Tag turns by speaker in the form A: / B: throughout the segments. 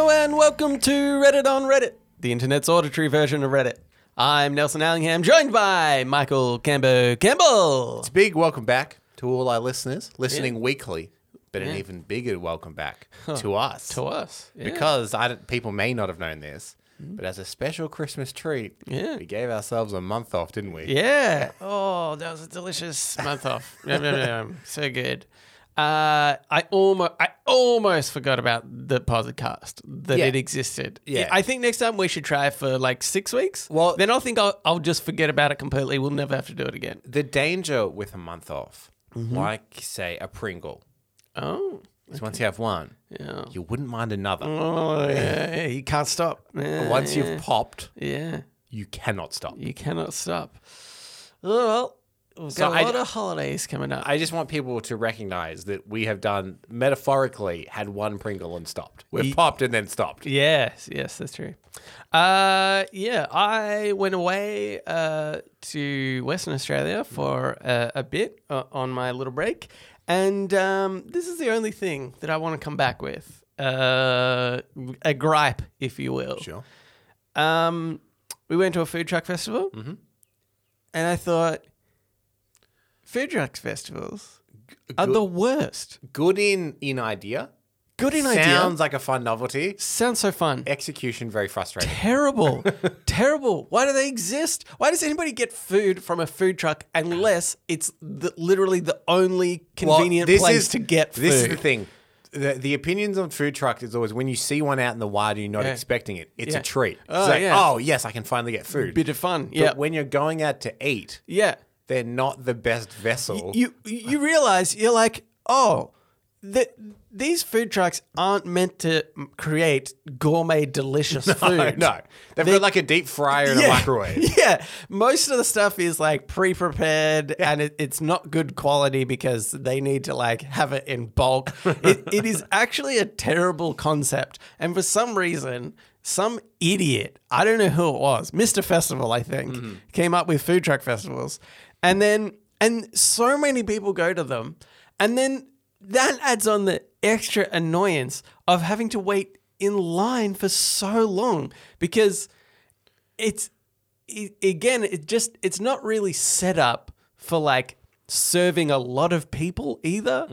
A: Welcome to Reddit on Reddit, the internet's auditory version of Reddit. I'm Nelson Allingham, joined by Michael Cambo Campbell.
B: Big welcome back to all our listeners listening weekly, but an even bigger welcome back to us.
A: To us. Yeah.
B: Because I don't- people may not have known this, but as a special Christmas treat,
A: Yeah.
B: we gave ourselves a month off, didn't we?
A: Yeah. Oh, that was a delicious month off. Yum, yum, yum. So good. Uh, I almost, I almost forgot about the podcast that
B: Yeah.
A: it existed.
B: Yeah.
A: I think next time we should try for like six weeks.
B: Well-
A: then I'll think I'll, I'll just forget about it completely. We'll never have to do it again.
B: The danger with a month off,
A: Mm-hmm.
B: like say a Pringle,
A: Oh,
B: is once you have one,
A: yeah.
B: you wouldn't mind another.
A: Oh, yeah. yeah, You can't stop. Yeah,
B: Once
A: yeah.
B: you've popped,
A: yeah,
B: you cannot stop.
A: you cannot stop. Oh, well, we've got a
B: I-
A: lot of holidays coming up.
B: I just want people to recognize that we have done metaphorically had one Pringle and stopped. We've popped and then stopped.
A: Yes, yes, that's true. Uh, yeah, I went away uh, to Western Australia for uh, a bit uh, on my little break, and um, this is the only thing that I want to come back with uh, a gripe, if you will.
B: Sure.
A: Um, we went to a food truck festival,
B: Mm-hmm.
A: and I thought food trucks festivals are the worst.
B: Good in in idea.
A: Good in
B: Sounds
A: idea.
B: like a fun novelty.
A: Sounds so fun.
B: Execution very frustrating.
A: terrible. terrible. Why do they exist? Why does anybody get food from a food truck unless it's the, literally the only convenient place to get food?
B: This is the thing. The, the opinions on food trucks is always when you see one out in the wild and you're not expecting it, it's
A: Yeah.
B: a treat. It's
A: Oh,
B: like,
A: yeah.
B: oh, yes, I can finally get food.
A: Bit of fun.
B: but
A: Yeah.
B: when you're going out to eat,
A: yeah.
B: they're not the best vessel.
A: You you realize you're like, "Oh, the, these food trucks aren't meant to create gourmet delicious food."
B: no, they've got like a deep fryer and a microwave.
A: Yeah. Most of the stuff is like pre prepared and it, it's not good quality because they need to like have it in bulk. it, it is actually a terrible concept. And for some reason, some idiot, I don't know who it was, Mr. Festival, I think,
B: Mm-hmm.
A: came up with food truck festivals. And then, and so many people go to them. And then that adds on the extra annoyance of having to wait in line for so long because it's i again it just it's not really set up for like serving a lot of people either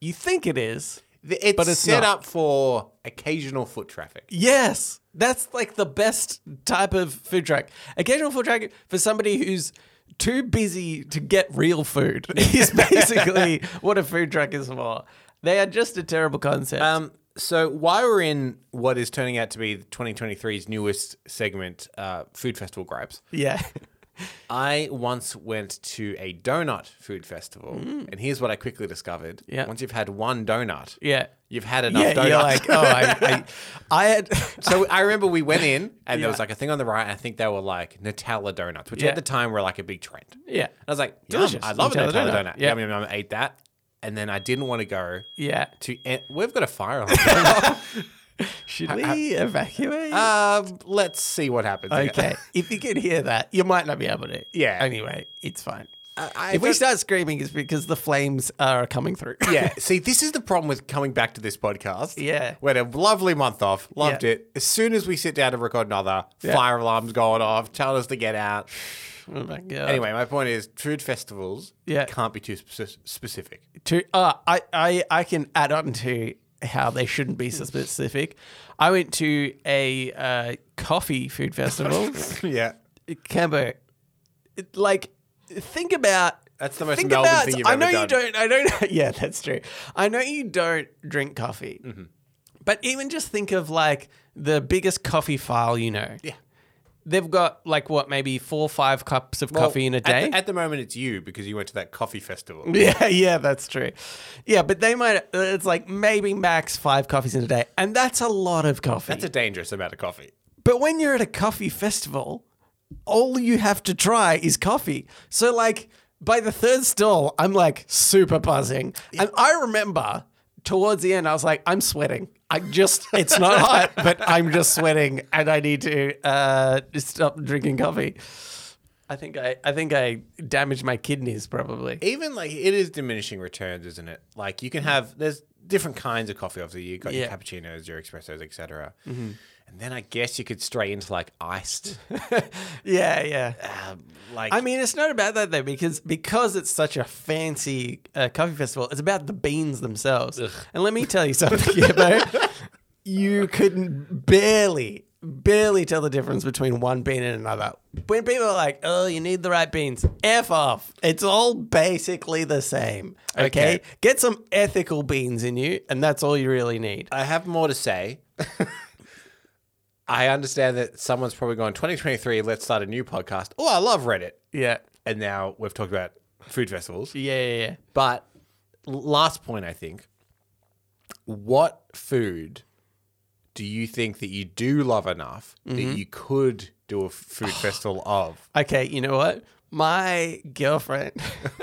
A: you think it is
B: Th- It's,
A: it's
B: set
A: not.
B: up for occasional foot traffic.
A: yes that's like the best type of food truck occasional food truck for somebody who's too busy to get real food is basically what a food truck is for they are just a terrible concept
B: Um, so while we're in what is turning out to be 2023's newest segment, uh, food festival gripes,
A: yeah
B: I once went to a donut food festival, and here's what I quickly discovered:
A: Mm. Yeah.
B: once you've had one donut,
A: yeah
B: you've had enough
A: yeah,
B: donuts.
A: you're like, oh, I, I, I had,
B: so I remember we went in, and
A: Yeah.
B: there was like a thing on the right. And I think they were like Nutella donuts, which
A: Yeah.
B: at the time were like a big trend. And
A: yeah,
B: I was like, yum,
A: Delicious.
B: I love
A: Nutella
B: a Nutella
A: donut.
B: donut.
A: Yeah.
B: Yeah, I mean, I ate that, and then I didn't want to go
A: yeah.
B: to. En- We've got a fire alarm.
A: Should we evacuate?
B: um, let's see what happens.
A: Okay. if you can hear that, you might not be able to.
B: Yeah.
A: Anyway, it's fine.
B: I, I
A: if we
B: don't-
A: start screaming, it's because the flames are coming through.
B: Yeah. See, this is the problem with coming back to this podcast.
A: Yeah.
B: We had a lovely month off. Loved
A: Yeah.
B: it. As soon as we sit down to record another, fire alarm's going off, telling us to get out.
A: oh my god.
B: Anyway, my point is food festivals
A: Yeah.
B: can't be too spec- specific.
A: to uh, I, I I can add on to how they shouldn't be so specific. I went to a uh, coffee food festival.
B: yeah.
A: Cambo, it- like, think about
B: That's the most
A: think
B: Melbourne
A: about.
B: thing you've
A: I
B: ever
A: know you
B: done.
A: don't. I don't. Yeah, that's true. I know you don't drink coffee,
B: Mm-hmm.
A: but even just think of like the biggest coffee file you know.
B: Yeah.
A: They've got like what, maybe four or five cups of coffee in a
B: At the-
A: day. Mm.
B: At the, moment, it's you because you went to that coffee festival.
A: yeah, yeah, that's true. Yeah, but they might. It's like maybe max five coffees in a day, and that's a lot of coffee.
B: That's a dangerous amount of coffee.
A: But when you're at a coffee festival, all you have to try is coffee. So like by the third stall, I'm like super buzzing. And I remember towards the end, I was like, I'm sweating. I just it's not hot, but I'm just sweating and I need to uh stop drinking coffee. I think I I think I damaged my kidneys probably.
B: even like it is diminishing returns, isn't it? Like you can have there's different kinds of coffee. Obviously, you got
A: Yeah.
B: your cappuccinos, your espressos, etc. And then I guess you could stray into like iced,
A: Yeah, yeah.
B: um, like
A: I mean, it's not about that though, because because it's such a fancy uh, coffee festival. It's about the beans themselves. And let me tell you something, Gibbo. you could barely, barely tell the difference between one bean and another. When people are like, "Oh, you need the right beans," f off. It's all basically the same. Okay,
B: Okay.
A: get some ethical beans in you, and that's all you really need.
B: I have more to say. I understand that someone's probably going 2023. Let's start a new podcast. Oh, I love Reddit.
A: Yeah,
B: And now we've talked about food festivals.
A: yeah, yeah. yeah.
B: But l- last point, I think. What food do you think that you do love enough
A: Mm-hmm.
B: that you could do a food festival of?
A: Okay, you know what? My girlfriend,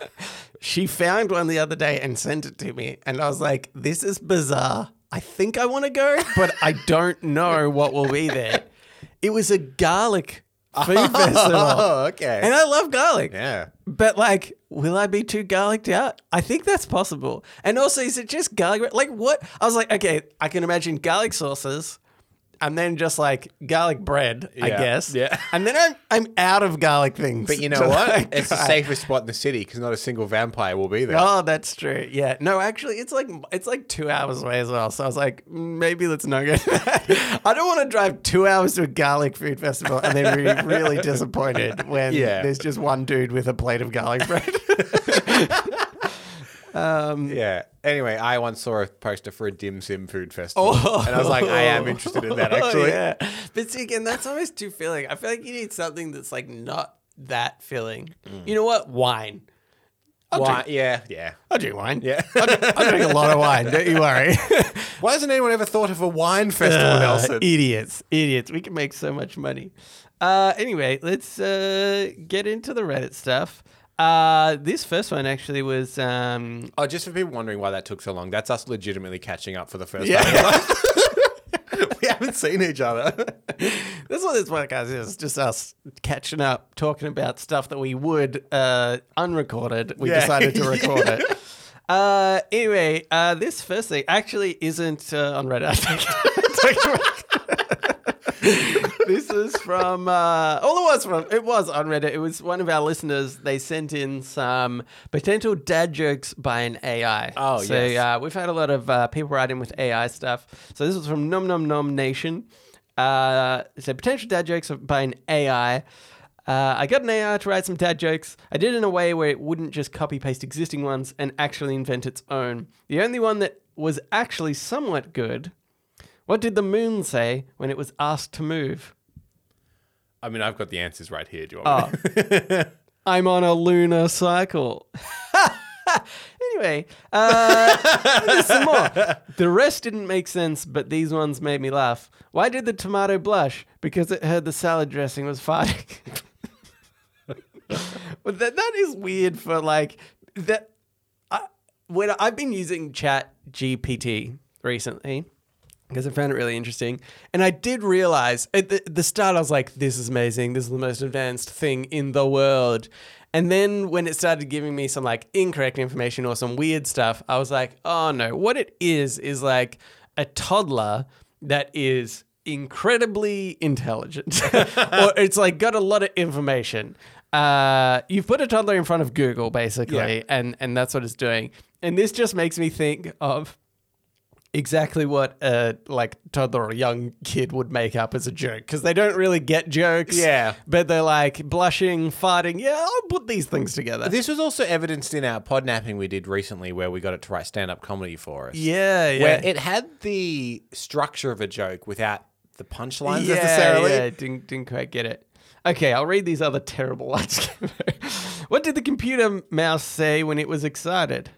A: she found one the other day and sent it to me. And I was like, this is bizarre. I think I want to go, but I don't know what will be there. It was a garlic food festival.
B: Oh, okay.
A: And I love garlic.
B: yeah.
A: But like, will I be too garlicked out? I think that's possible. And also, is it just garlic? Like, what? I was like, okay, I can imagine garlic sauces, and then just like garlic bread, I
B: Yeah.
A: guess.
B: Yeah.
A: And then I'm I'm out of garlic things.
B: But you know
A: to,
B: what?
A: like,
B: it's the
A: try.
B: safest spot in the city because not a single vampire will be there.
A: Oh, that's true. Yeah. No, actually, it's like it's like two hours away as well. So I was like, "Mm, maybe let's not go. to that. I don't want to drive two hours to a garlic food festival and then be really disappointed when
B: Yeah.
A: there's just one dude with a plate of garlic bread.
B: Yeah. Anyway, I once saw a poster for a dim sim food festival, and I was like, I am interested in that actually.
A: Oh. yeah. But see, again, that's always too filling. I feel like you need something that's like not that filling. You know what? Wine.
B: Why? Yeah, yeah.
A: I drink wine.
B: Yeah.
A: I drink, I drink a lot of wine. Don't you worry.
B: Why hasn't anyone ever thought of a wine festival,
A: Uh,
B: Nelson?
A: idiots, idiots. We can make so much money. Uh, anyway, let's uh, get into the Reddit stuff. Uh, this first one actually was um,
B: Oh, just for people wondering why that took so long, that's us legitimately catching up for the first
A: Yeah.
B: time. we haven't seen each other.
A: That's what this podcast is. Just us catching up, talking about stuff that we would uh, unrecorded. We
B: Yeah.
A: decided to
B: Yeah.
A: record it. Uh, anyway, uh, this first thing actually isn't uh, on Reddit. I take- take it back. this is from uh, all it was from. It was on Reddit. It was one of our listeners. They sent in some potential dad jokes by an AI.
B: Oh,
A: so,
B: yes.
A: uh, we've had a lot of uh, people writing with AI stuff. So this is from Nom Nom Nom Nation. Uh, so potential dad jokes by an AI. Uh, I got an AI to write some dad jokes. I did it in a way where it wouldn't just copy paste existing ones and actually invent its own. The only one that was actually somewhat good. What did the moon say when it was asked to move?
B: I mean, I've got the answers right here. Do you want me to-
A: Oh. I'm on a lunar cycle. anyway, uh, there's some more. The rest didn't make sense, but these ones made me laugh. Why did the tomato blush? Because it heard the salad dressing was farting. but that, that is weird for like that. I, when I've been using Chat GPT recently, because I found it really interesting. And I did realize at the, the start, I was like, this is amazing. This is the most advanced thing in the world. And then when it started giving me some like incorrect information or some weird stuff, I was like, oh no, what it is is like a toddler that is incredibly intelligent or it's like got a lot of information uh, you've put a toddler in front of google basically
B: Yeah.
A: and and that's what it's doing and this just makes me think of exactly what a like toddler or young kid would make up as a joke because they don't really get jokes.
B: Yeah.
A: but they're like blushing, farting. Yeah, I'll put these things together.
B: This was also evidenced in our podnapping we did recently where we got it to write stand up comedy for us.
A: yeah, yeah.
B: Where it had the structure of a joke without the punchlines
A: yeah,
B: necessarily.
A: Yeah, didn't, didn't quite get it. Okay, I'll read these other terrible ones. what did the computer mouse say when it was excited?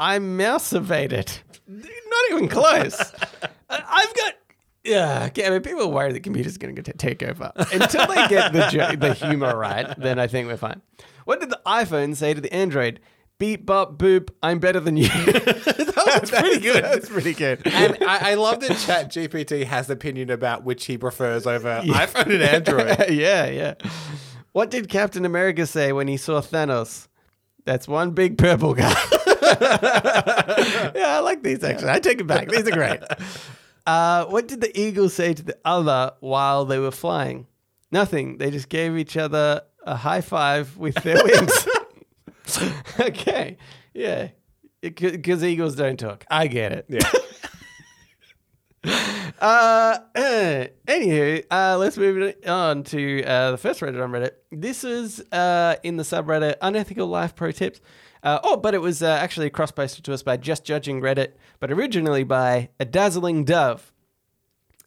A: I mousevated. Not even close. I- I've got. Yeah, okay, I mean, people are worried the computer's going to take over. Until they get the jo- the humor right, then I think we're fine. What did the iPhone say to the Android? Beep, bop, boop, I'm better than you. that was pretty good. That's pretty good.
B: And I, I love that Chat GPT has opinion about which he prefers over iPhone and Android.
A: yeah, yeah. What did Captain America say when he saw Thanos? That's one big purple guy. yeah, I like these actually. I take it back. These are great. Uh, what did the eagle say to the other while they were flying? Nothing. They just gave each other a high five with their wings. okay. Yeah. Because eagles don't talk. I get it.
B: Yeah.
A: Uh, eh, anywho, uh, let's move it on to uh, the first Reddit on Reddit. This is uh, in the subreddit Unethical Life Pro Tips. Uh, oh, but it was uh, actually cross posted to us by Just Judging Reddit, but originally by A Dazzling Dove.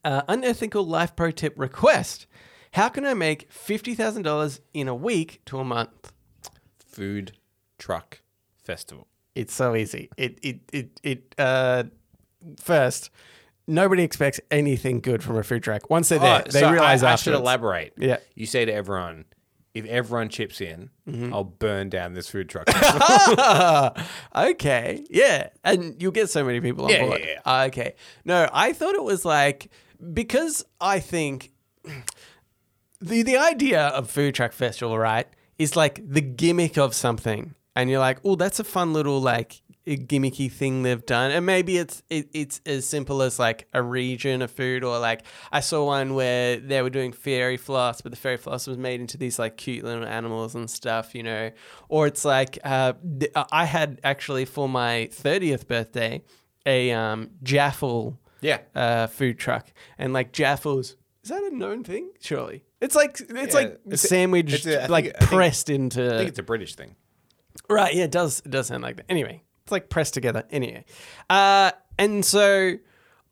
A: Uh, unethical life pro tip request How can I make $50,000 in a week to a month?
B: Food truck festival.
A: It's so easy. It it it it. Uh, first, nobody expects anything good from a food truck. Once they're there,
B: Oh,
A: Eh, they
B: so
A: realize
B: I, I should
A: afterwards.
B: elaborate.
A: Yeah.
B: You say to everyone, if everyone chips in,
A: Mm-hmm.
B: I'll burn down this food truck.
A: okay, yeah, and you'll get so many people on
B: Yeah,
A: board.
B: yeah, yeah.
A: Ah, Okay, no, I thought it was like because I think the the idea of food truck festival, right, is like the gimmick of something, and you're like, oh, that's a fun little like gimmicky thing they've done, and maybe it's it, it's as simple as like a region of food, or like I saw one where they were doing fairy floss, but the fairy floss was made into these like cute little animals and stuff, you know, or it's like uh, th- I had actually for my thirtieth birthday a um, jaffle
B: yeah.
A: uh, food truck, and like Jaffles. Is that a known thing? Surely, it's like it's like
B: it's a-
A: sandwiched,
B: it's a- I think-
A: like
B: I think-
A: pressed
B: I
A: into
B: think it's a British thing.
A: Right, yeah, it does. It does sound like that. Anyway, it's like pressed together. Anyway, uh, and so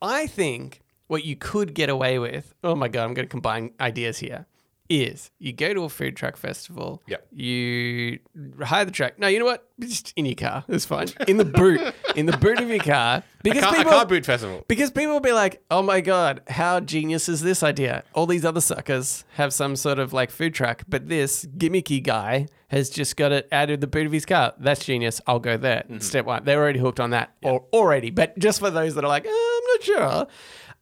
A: I think what you could get away with. Oh my god, I'm going to combine ideas here. Is you go to a food truck festival.
B: Yep.
A: You hire the truck. No, you know what? Just in your car. It's fine. In the boot. in the boot of your car. Because
B: Car, a
A: people.
B: car boot festival.
A: Because people will be like, oh my God, how genius is this idea? All these other suckers have some sort of like food truck, but this gimmicky guy has just got it out of the boot of his car. That's genius. I'll go there. Step one. They're already hooked on that or already. But just for those that are like, "Uh, I'm not sure,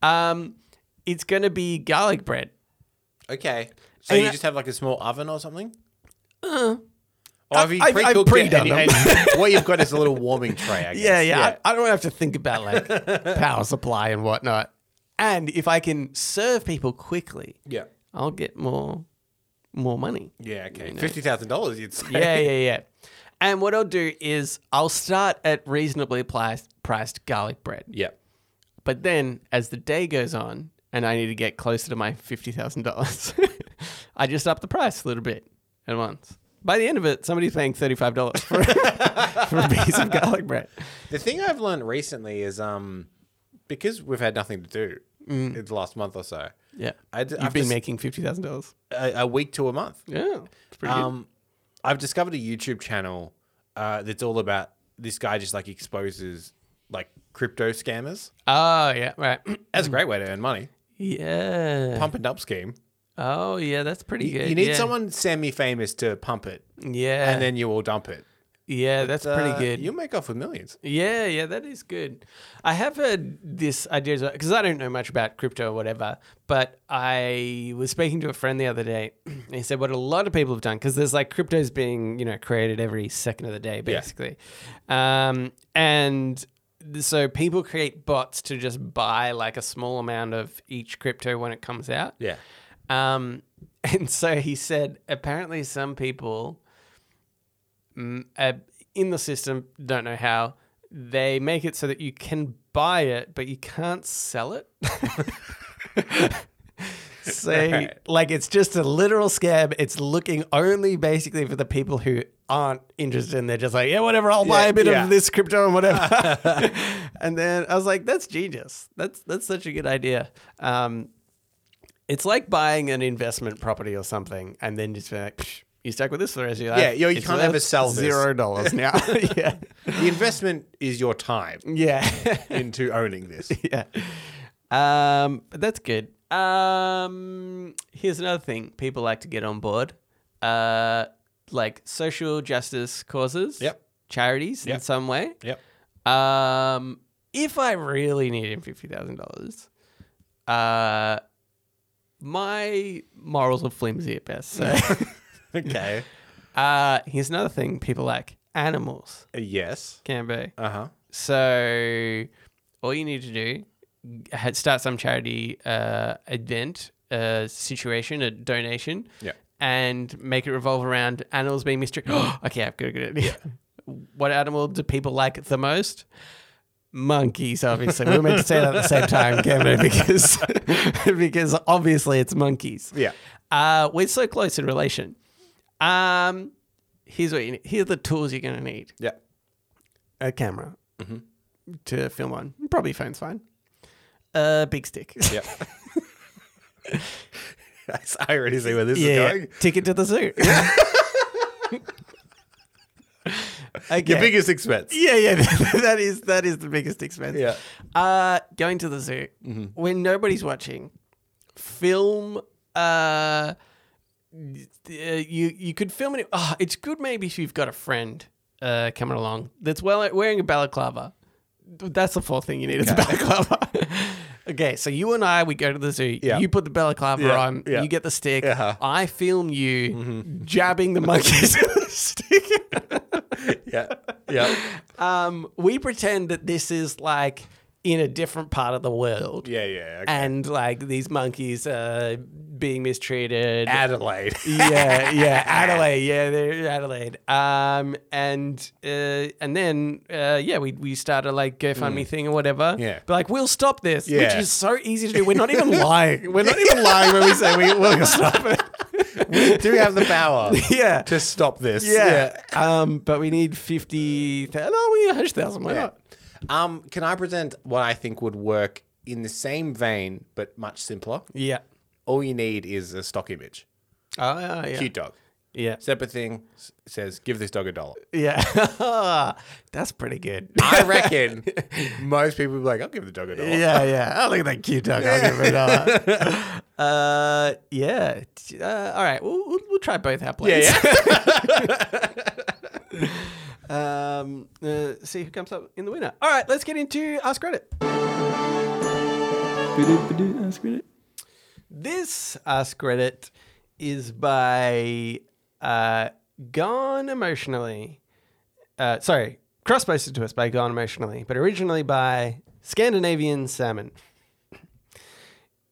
A: um, it's going to be garlic bread.
B: Okay. So
A: And
B: you
A: I-
B: just have like a small oven or something? Uh, or have you
A: I- I've
B: pre-cooked it
A: pre-done
B: and-
A: them.
B: and what you've got is a little warming tray, I guess.
A: Yeah, yeah. I, I don't have to think about like power supply and whatnot. And if I can serve people quickly,
B: Yeah.
A: I'll get more more money.
B: Yeah, okay. $50,000, you'd say.
A: yeah, yeah, yeah. And what I'll do is I'll start at reasonably priced, priced garlic bread.
B: Yeah.
A: But then as the day goes on and I need to get closer to my $50,000, I just up the price a little bit at once. By the end of it, somebody's paying $35 for, for a piece of garlic bread.
B: The thing I've learned recently is um, because we've had nothing to do in the last month or so,
A: Yeah.
B: I d-
A: Mm. You've
B: I've
A: been
B: just-
A: making $50,000.
B: a, a week to a month.
A: Yeah. It's pretty good.
B: Um, I've discovered a YouTube channel uh, that's all about this guy just like exposes like crypto scammers.
A: Oh, yeah. Right.
B: That's a great way to earn money.
A: yeah.
B: Pump and dump scheme.
A: Oh, yeah. That's pretty good.
B: You need
A: yeah.
B: someone semi famous to pump it,
A: Yeah.
B: and then you all dump it.
A: yeah. That's
B: Uh,
A: pretty good.
B: You'll make off with millions.
A: Yeah, yeah, that is good. I have heard this idea because I don't know much about crypto or whatever, but I was speaking to a friend the other day and he said what a lot of people have done because there's like cryptos being, you know, created every second of the day basically. Um, and th- so people create bots to just buy like a small amount of each crypto when it comes out.
B: Yeah.
A: Um, and so he said, apparently some people mm, uh, in the system don't know how they make it so that you can buy it, but you can't sell it. so, like, it's just a literal scam. It's looking only basically for the people who aren't interested. And they're just like, yeah, whatever. I'll buy
B: Yeah,
A: a bit
B: yeah.
A: of this crypto and whatever. and then I was like, that's genius. That's that's such a good idea. Um, it's like buying an investment property or something, and then just be like, Psh, you stuck with this for the rest of your life.
B: Yeah, you- you
A: It's
B: can't
A: worth
B: ever sell this.
A: zero dollars now. yeah,
B: The investment is your time
A: yeah,
B: into owning this.
A: yeah. Um, but that's good. Um, here's another thing people like to get on board, uh, like social justice causes.
B: Yep.
A: Charities in
B: Yep.
A: some way.
B: Yep.
A: Um, if I really needed fifty thousand dollars, uh, my morals are flimsy at best. So,
B: Okay.
A: uh, here's another thing: people like animals
B: yes.
A: can be.
B: Uh huh.
A: So, all you need to do had start some charity uh, event uh, situation, a donation,
B: Yeah.
A: and make it revolve around animals being mistreated. okay, I've got a good idea. What animal do people like the most? Monkeys, obviously. we were meant to say that at the same time, Cameron, because because obviously it's monkeys.
B: Yeah.
A: Uh, we're so close in relation. Um, here's what you need. Here are the tools you're going to need
B: Yeah.
A: a camera to film on. Probably phone's fine. A big stick. Yeah,
B: Yeah. I already see where this is going.
A: ticket to the zoo. okay.
B: Your biggest expense.
A: yeah, yeah, that is that is the biggest expense.
B: Yeah. Mm-hmm.
A: Uh, going to the zoo when nobody's watching, film. Uh, y- uh, you you could film it. Oh, it's good maybe if you've got a friend uh, coming along that's well wearing a balaclava. That's the fourth thing you need is a balaclava. okay, so you and I we go to the zoo.
B: Yeah.
A: You put the balaclava
B: Yeah,
A: on.
B: yeah.
A: You get the stick.
B: Uh-huh. Mm-hmm.
A: I film you jabbing the monkeys with the stick.
B: Yeah. Yeah.
A: Um, we pretend that this is like in a different part of the world.
B: Yeah. Yeah. Okay.
A: And like these monkeys are being mistreated.
B: Adelaide.
A: yeah, yeah, Adelaide. Yeah, they're Adelaide. Um, and uh, and then uh, yeah, we we start a like GoFundMe thing or whatever.
B: Mm. Yeah.
A: but like we'll stop this,
B: Yeah.
A: which is so easy to do. We're not even lying. We're not even lying when we say we will stop it.
B: we do have the power
A: Yeah,
B: to stop this.
A: yeah. Um, but we need fifty. No, we need a hundred thousand. Why not?
B: Um, can I present what I think would work in the same vein but much simpler?
A: Yeah.
B: All you need is a stock image.
A: Oh, yeah, yeah.
B: Cute dog.
A: Yeah.
B: Separate thing s- says, give this dog a dollar.
A: Yeah. That's pretty good.
B: I reckon most people would be like, I'll give the dog a dollar.
A: yeah, yeah. Oh, look at that cute dog. I'll give it another. Uh, yeah. Uh, all right. We'll, we'll, we'll try both our plays. um, uh, see who comes up in the winner. All right. Let's get into Ask Reddit.
C: Ask Reddit.
A: This Ask Reddit is by uh, Gone Emotionally. Uh, sorry, cross posted to us by Gone Emotionally, but originally by Scandinavian Salmon.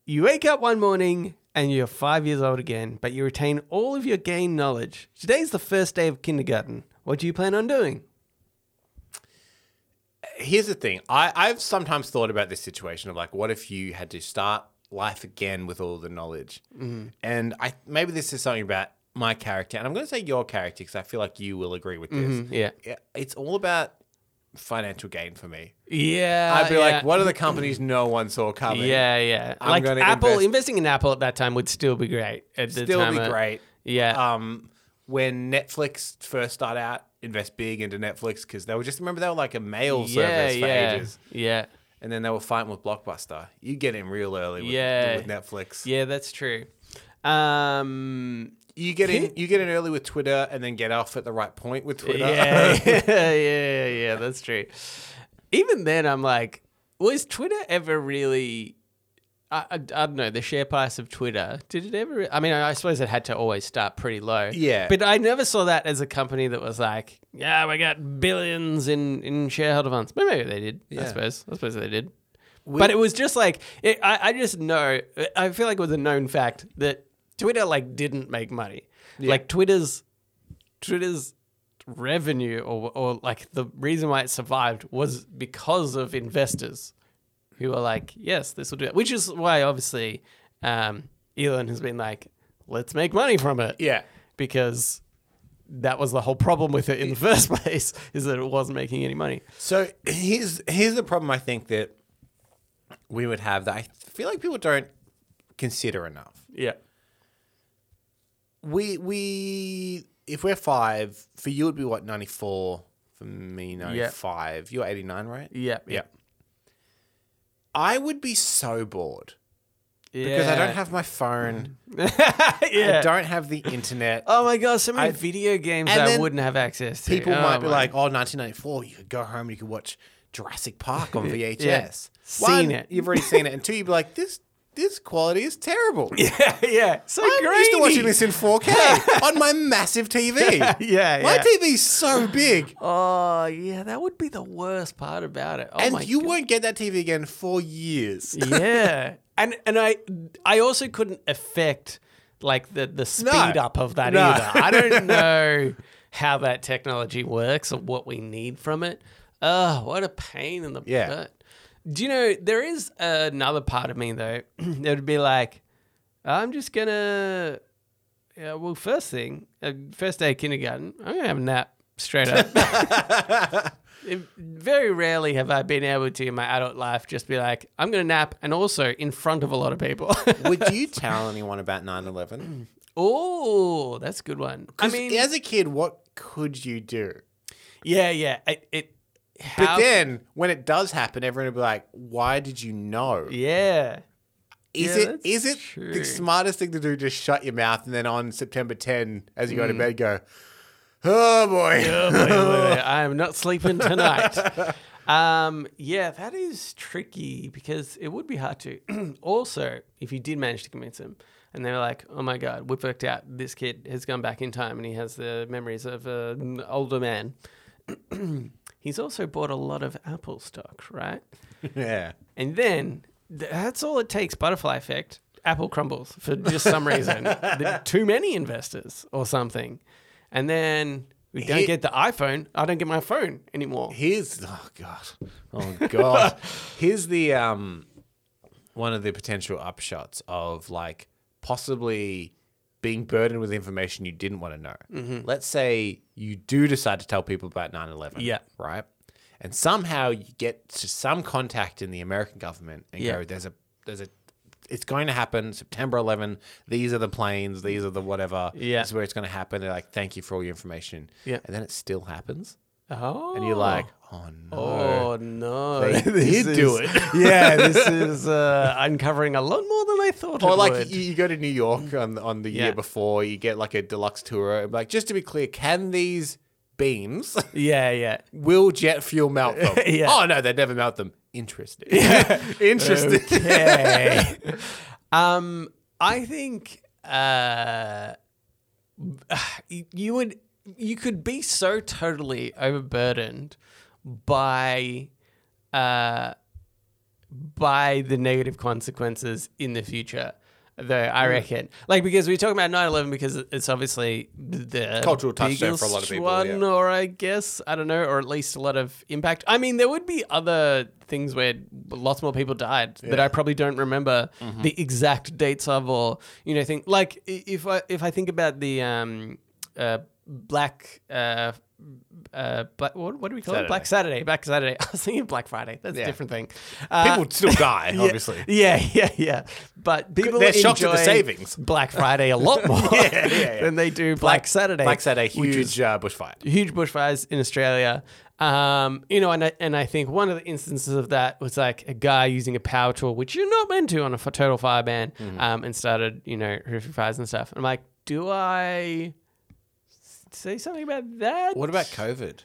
A: You wake up one morning and you're five years old again, but you retain all of your gained knowledge. Today's the first day of kindergarten. What do you plan on doing?
B: Here's the thing. I, I've sometimes thought about this situation of like, what if you had to start life again with all the knowledge? And I maybe this is something about my character. And I'm going to say your character because I feel like you will agree with this.
A: Yeah.
B: Yeah, It's all about financial gain for me.
A: Yeah.
B: I'd be
A: Uh, yeah.
B: like, what are the companies no one saw coming?
A: Yeah, yeah.
B: I'm
A: like
B: gonna
A: Apple,
B: invest-
A: investing in Apple at that time would still be great. At the
B: Still
A: time
B: be
A: uh,
B: great.
A: Yeah.
B: Um, when Netflix first started out, invest big into Netflix because they were just remember they were like a mail service for
A: yeah,
B: ages.
A: Yeah.
B: and then they were fighting with Blockbuster. You get in real early with,
A: Yeah.
B: with Netflix.
A: Yeah, that's true. Um
B: You get in you get in early with Twitter and then get off at the right point with Twitter.
A: yeah, yeah, yeah, yeah, that's true. Even then I'm like, was Twitter ever really I, I, I don't know the share price of Twitter. Did it ever? I mean, I suppose it had to always start pretty low.
B: Yeah.
A: But I never saw that as a company that was like, yeah, we got billions in in shareholder funds. But maybe they did. I
B: Yeah.
A: suppose. I suppose they did. but it was just like it, I, I just know. I feel like it was a known fact that Twitter like didn't make money. Like Twitter's Twitter's revenue or or like the reason why it survived was because of investors who are like, yes, this will do it. Which is why obviously um, Elon has been like, let's make money from it.
B: yeah.
A: Because that was the whole problem with it in the first place, is that it wasn't making any money.
B: So here's here's the problem I think that we would have that I feel like people don't consider enough.
A: Yeah.
B: We we if we're five, for you would be what ninety four, for me ninety five. You're eighty nine, right?
A: Yeah.
B: Yeah. I would be so bored because I don't have my phone.
A: have yeah.
B: I don't have the internet.
A: Oh my god, so many video games
B: and
A: I
B: then
A: wouldn't have access to.
B: People
A: Oh
B: might be
A: my-
B: like, "Oh, 1994, you could go home and you could watch Jurassic Park on VHS."
A: Seen
B: One,
A: it.
B: You've already seen it, and two, you'd be like, "This this quality is terrible.
A: Yeah, yeah. So
B: I'm
A: great.
B: used to watching this in 4K on my massive TV.
A: Yeah,
B: My
A: yeah.
B: TV's so big.
A: Oh yeah, that would be the worst part about it. Oh my
B: and you
A: God.
B: won't get that TV again for years.
A: yeah, and and I I also couldn't affect like the the speed up of that
B: No.
A: either. I don't know how that technology works or what we need from it. Oh, what a pain in the
B: Yeah.
A: butt. Do you know there is another part of me though that would be like, I'm just gonna. Yeah, well, first thing, uh, first day of kindergarten, I'm gonna have a nap straight up. If- Very rarely have I been able to in my adult life just be like, I'm going to nap and also in front of a lot of people.
B: Would you tell anyone about 9 11?
A: oh, that's a good one. I mean,
B: as a kid, what could you do?
A: yeah, yeah. It, it
B: But
A: how-
B: then when it does happen, everyone will be like, why did you know?
A: yeah.
B: Is
A: Yeah,
B: it
A: that's
B: is it
A: true.
B: the smartest thing to do? Just shut your mouth and then on September 10, as you
A: Mm.
B: go to bed, go, oh boy.
A: Wait, wait, wait, I am not sleeping tonight. Um, yeah, that is tricky because it would be hard to. also, if you did manage to convince them and they were like, oh my God, we've worked out this kid has gone back in time and he has the memories of an older man. He's also bought a lot of Apple stock, right?
B: yeah.
A: And then th- that's all it takes butterfly effect. Apple crumbles for just some reason. The- too many investors or something. And then we don't
B: He-
A: get the iPhone. I don't get my phone anymore.
B: Here's oh god, oh god. Here's the um, one of the potential upshots of like possibly being burdened with information you didn't want to know.
A: Mm-hmm.
B: Let's say you do decide to tell people about 9-11.
A: Yeah.
B: right. And somehow you get to some contact in the American government and
A: Yeah.
B: go, "There's a, there's a." It's going to happen September 11. These are the planes. These are the whatever.
A: Yeah.
B: This is where it's going to happen. They're like, thank you for all your information.
A: Yeah.
B: And then it still happens.
A: Oh.
B: And you're like, oh no.
A: oh, no.
B: They did do
A: is-
B: it.
A: yeah, this is uh, uncovering a lot more than I thought
B: Or
A: it
B: like
A: would.
B: you, you go to New York on on the
A: Yeah.
B: year before, you get like a deluxe tour. Like just to be clear, can these beams
A: yeah, yeah.
B: will jet fuel melt them?
A: Yeah.
B: Oh no, they never melt them. Interesting. Interesting.
A: Okay. um, I think uh, you would you could be so totally overburdened by uh, by the negative consequences in the future. Though I
B: Hmm.
A: reckon, like, because we talk about 9-11 because it's obviously the
B: Cultural touchstone for a
A: biggest
B: lot of people,
A: One,
B: yeah.
A: or I guess I don't know, or at least a lot of impact. I mean, there would be other things where lots more people died that I probably don't remember
B: Mm-hmm.
A: the exact dates of, or you know, think like i- if I if I think about the um, uh, black. Uh, uh, black, what, what do we call it?
B: Saturday.
A: Black Saturday. Black Saturday. I was thinking Black Friday. That's
B: Yeah.
A: a different thing. Uh,
B: People still die,
A: yeah,
B: obviously.
A: Yeah, yeah, yeah. But people
B: They're shocked at the
A: enjoy
B: savings.
A: Black Friday a lot more
B: Yeah, yeah, yeah.
A: than they do Black, Saturday.
B: Like said, a
A: which is
B: huge uh, bushfire.
A: huge bushfires in Australia. Um, you know, and I, and I think one of the instances of that was like a guy using a power tool, which you're not meant to on a f- total fire ban,
B: Mm-hmm.
A: um, and started you know horrific fires and stuff. I'm like, do I s- say something about that?
B: What about COVID?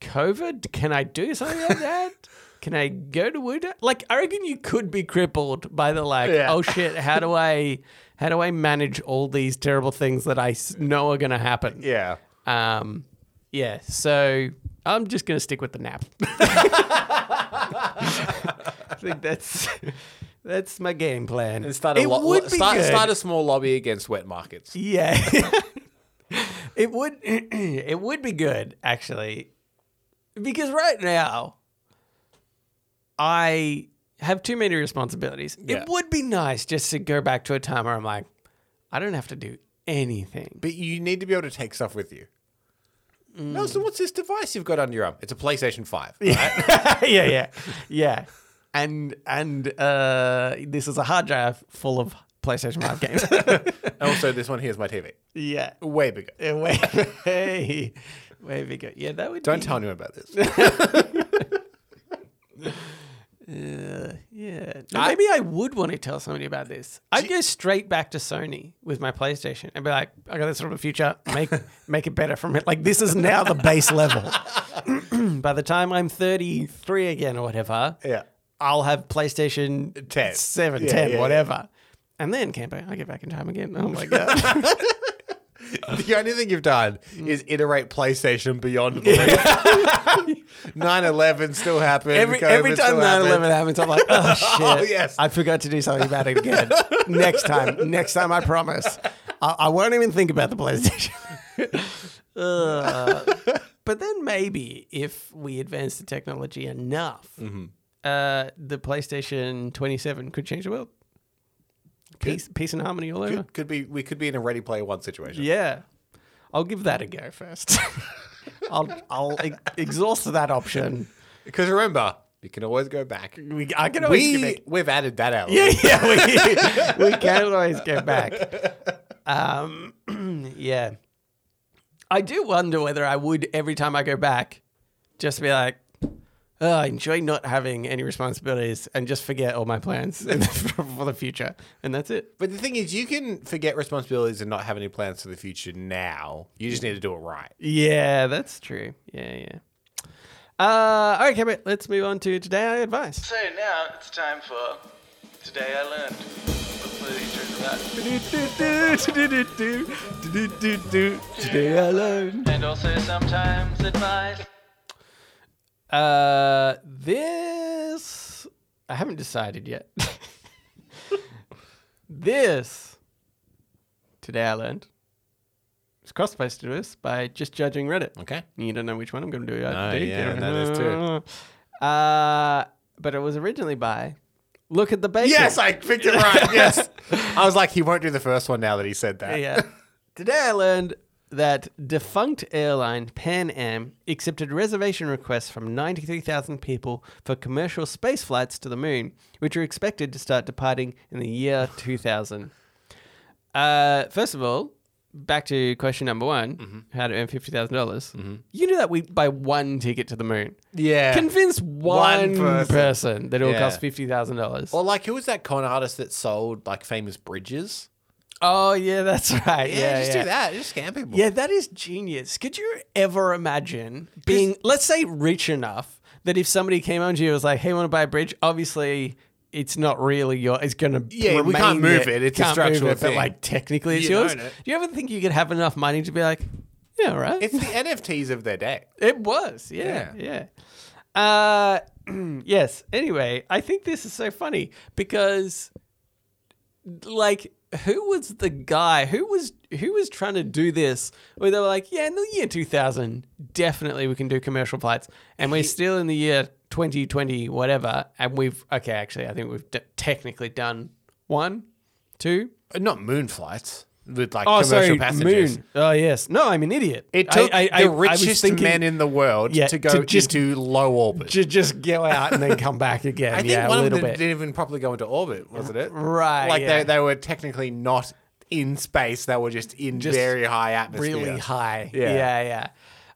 A: COVID? Can I do something about that? Can I go to Wuda? Like, I reckon you could be crippled by the like,
B: Yeah.
A: oh shit, how do I, how do I manage all these terrible things that I s- know are going to happen?
B: Yeah.
A: Um, yeah, so I'm just gonna stick with the nap. I think that's that's my game plan.
B: And start a
A: it
B: lo-
A: would be
B: start,
A: good.
B: start a small lobby against wet markets.
A: yeah. it would it would be good actually, because right now I have too many responsibilities.
B: Yeah.
A: It would be nice just to go back to a time where I'm like, I don't have to do anything.
B: But you need to be able to take stuff with you. No, so what's this device you've got under your arm? It's a PlayStation 5.
A: Mm. yeah, yeah, yeah. And and uh, this is a hard drive full of PlayStation Five games.
B: And also, this one here is my TV.
A: yeah,
B: Way bigger.
A: Uh, way way way bigger. Yeah, that would
B: Don't
A: be,
B: tell anyone about this.
A: Uh, yeah, No, maybe I would want to tell somebody about this. I'd go straight back to Sony with my PlayStation and be like, "I got this from the future. Make make it better from it. Like this is now the base level. By the time I'm 33 again or whatever,
B: yeah.
A: I'll have PlayStation
B: 10.
A: 7,
B: Yeah,
A: 10,
B: yeah, yeah.
A: whatever. And then, Camper, I get back in time again. Oh my God.
B: The only thing you've done
A: Hmm.
B: is iterate PlayStation beyond belief. 9 11 still happened.
A: every,
B: COVID
A: every time
B: still
A: 9
B: happened.
A: 11 happens, I'm like, oh shit.
B: yes.
A: I forgot to do something about it again. next time. Next time, I promise. I, I won't even think about the PlayStation. Ugh. but then maybe if we advance the technology enough,
B: Mm-hmm.
A: uh, the PlayStation 27 could change the world. Peace, peace and harmony all over.
B: Could, could be, we could be in a Ready Player One situation.
A: Yeah. I'll give that a go first. I'll, I'll e- exhaust that option.
B: Because remember, you can always go back.
A: We, I can always give it
B: We, we've added that out.
A: Yeah, yeah, we, we can always get back. Um, yeah. I do wonder whether I would, every time I go back, just be like, oh, I enjoy not having any responsibilities and just forget all my plans for for the future. And that's it.
B: But the thing is, you can forget responsibilities and not have any plans for the future now. You just need to do it right.
A: Yeah, that's true. Yeah, yeah. Uh, all right, Cameron, let's move on to Today I Advise.
C: So now it's time for Today I Learned. Hopefully you turn to
A: Today I learn.
C: that. And also sometimes advice.
A: Uh, this I haven't decided yet. this today I learned it's cross-posted us by just judging Reddit.
B: Okay.
A: You don't know which one I'm going to do.
B: No,
A: do you?
B: yeah, that is true.
A: Uh, but it was originally by look at the bacon.
B: Yes, I picked it right. Yes. I was like, he won't do the first one now that he said that.
A: yeah. Today I learned that defunct airline Pan Am accepted reservation requests from 93,000 people for commercial space flights to the moon, which are expected to start departing in the year 2000. Uh, first of all, back to question number one
B: Mm-hmm.
A: how to earn $50,000. dollars You can do that with, by one ticket to the moon.
B: Yeah.
A: Convince one, person.
B: person.
A: that it will
B: Yeah.
A: cost $50,000.
B: or like, who was that con artist that sold like famous bridges?
A: Oh, yeah, that's right. Yeah,
B: just
A: yeah.
B: do that. Just scam people.
A: Yeah, that is genius. Could you ever imagine being, let's say, rich enough that if somebody came on to you and was like, "Hey, want to buy a bridge?" Obviously, it's not really your. It's gonna
B: Yeah, we
A: remain
B: can't move
A: there.
B: it. It's a
A: Can't move
B: structural
A: it, But
B: thing.
A: like technically, it's
B: You
A: yours.
B: own it.
A: Do you ever think you could have enough money to be like, "Yeah, all right."
B: It's the NFTs of their day.
A: It was, yeah, yeah. Uh, yes. Anyway, I think this is so funny because, like, who was the guy who was who was trying to do this? Where they were like, yeah, in the year two thousand, definitely we can do commercial flights, and we're still in the year twenty twenty, whatever, and we've okay, actually, I think we've d- technically done one, two.
B: Uh, Not moon flights with like
A: Oh,
B: commercial
A: sorry,
B: passengers.
A: moon. Oh, yes. No, I'm an idiot.
B: It
A: I-
B: took
A: I- I- I
B: the
A: was
B: richest
A: thinking-
B: men in the world
A: Yeah,
B: to go
A: to just-
B: into low orbit.
A: to just go out and then come back again.
B: I think
A: yeah,
B: one
A: a
B: of
A: little
B: them
A: bit.
B: didn't even properly go into orbit, wasn't it?
A: Right,
B: Like
A: yeah.
B: they, they were technically not in space. They were just in
A: Just
B: very high atmosphere.
A: really high.
B: Yeah.
A: yeah, yeah.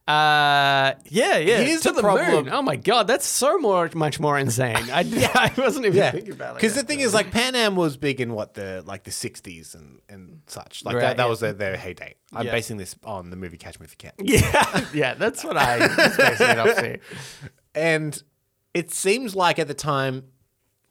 A: Uh, yeah, yeah.
B: Here's
A: to
B: the
A: the,
B: problem.
A: moon. Oh my god, that's so more, much more insane. I, I wasn't even
B: Yeah,
A: thinking about it.
B: because the thing is, like Pan Am was big in what the like the '60s and and such. Like
A: Right,
B: that, that
A: yeah.
B: was their, their heyday. I'm
A: Yeah.
B: basing this on the movie Catch Me If You Can.
A: yeah, yeah, that's what I was basing it off to.
B: And it seems like at the time,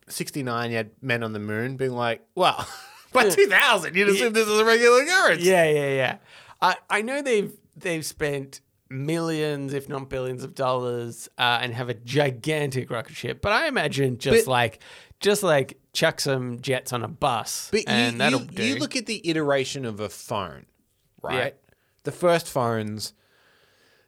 B: 69, you had men on the moon being like, well, by 2000, you'd assume this is a regular occurrence.
A: Yeah, yeah, yeah. I, I know they've they've spent millions, if not billions, of dollars, uh, and have a gigantic rocket ship. But I imagine just
B: But-
A: like just like chuck some jets on a bus,
B: But
A: and
B: you,
A: that'll
B: you,
A: do.
B: you look at the iteration of a phone, right? The first phones,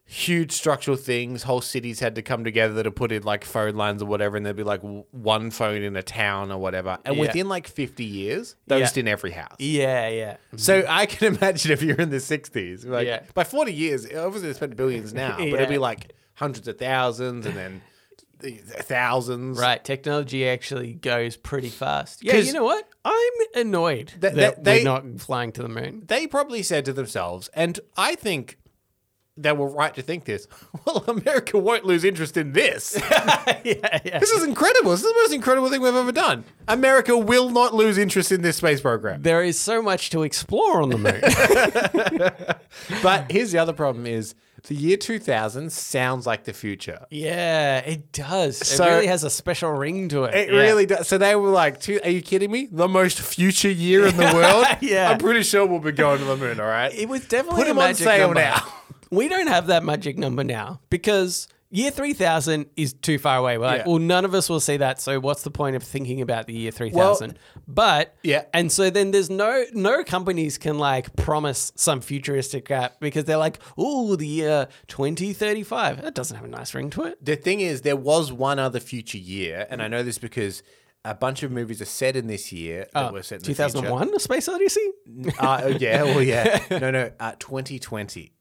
B: huge structural things. Whole cities had to come together to put in like phone lines or whatever, and there'd be like w- one phone in a town or whatever. And
A: Yeah.
B: within like 50 years, they're
A: Yeah.
B: just in every house.
A: yeah, yeah.
B: So I can imagine if you're in the 60s, like
A: Yeah.
B: by 40 years, obviously they spent billions now, but
A: Yeah.
B: it'd be like hundreds of thousands and then th- thousands.
A: Right, technology actually goes pretty fast. Yeah, you
B: 'Cause-
A: know what? I'm annoyed that,
B: that- they-
A: we're not flying to the moon.
B: They probably said to themselves, and I think they were right to think this. Well, America won't lose interest in this.
A: yeah, yeah.
B: This is incredible. This is the most incredible thing we've ever done. America will not lose interest in this space program.
A: There is so much to explore on the moon.
B: But here's the other problem is the year 2000 sounds like the future.
A: yeah, it does. It
B: So-
A: really has a special ring to it.
B: It
A: Yeah.
B: really does. So they were like, "Two- are you kidding me? The most future year in the world?
A: Yeah.
B: I'm pretty sure we'll be going to the moon, all right?
A: It was definitely
B: Put
A: a
B: them on
A: magic
B: sale
A: number.
B: now.
A: We don't have that magic number now because year 3000 is too far away. We're like,
B: Yeah.
A: well, none of us will see that. So what's the point of thinking about the year 3000? but,
B: Yeah.
A: And so then there's no, no companies can like promise some futuristic app because they're like, oh, the year 2035. That doesn't have a nice ring to it.
B: The thing is, there was one other future year, and I know this because a bunch of movies are set in this year that
A: Oh,
B: were set in the future.
A: 2001, A Space Odyssey?
B: Uh, yeah, well, yeah. No, no, uh, 2020.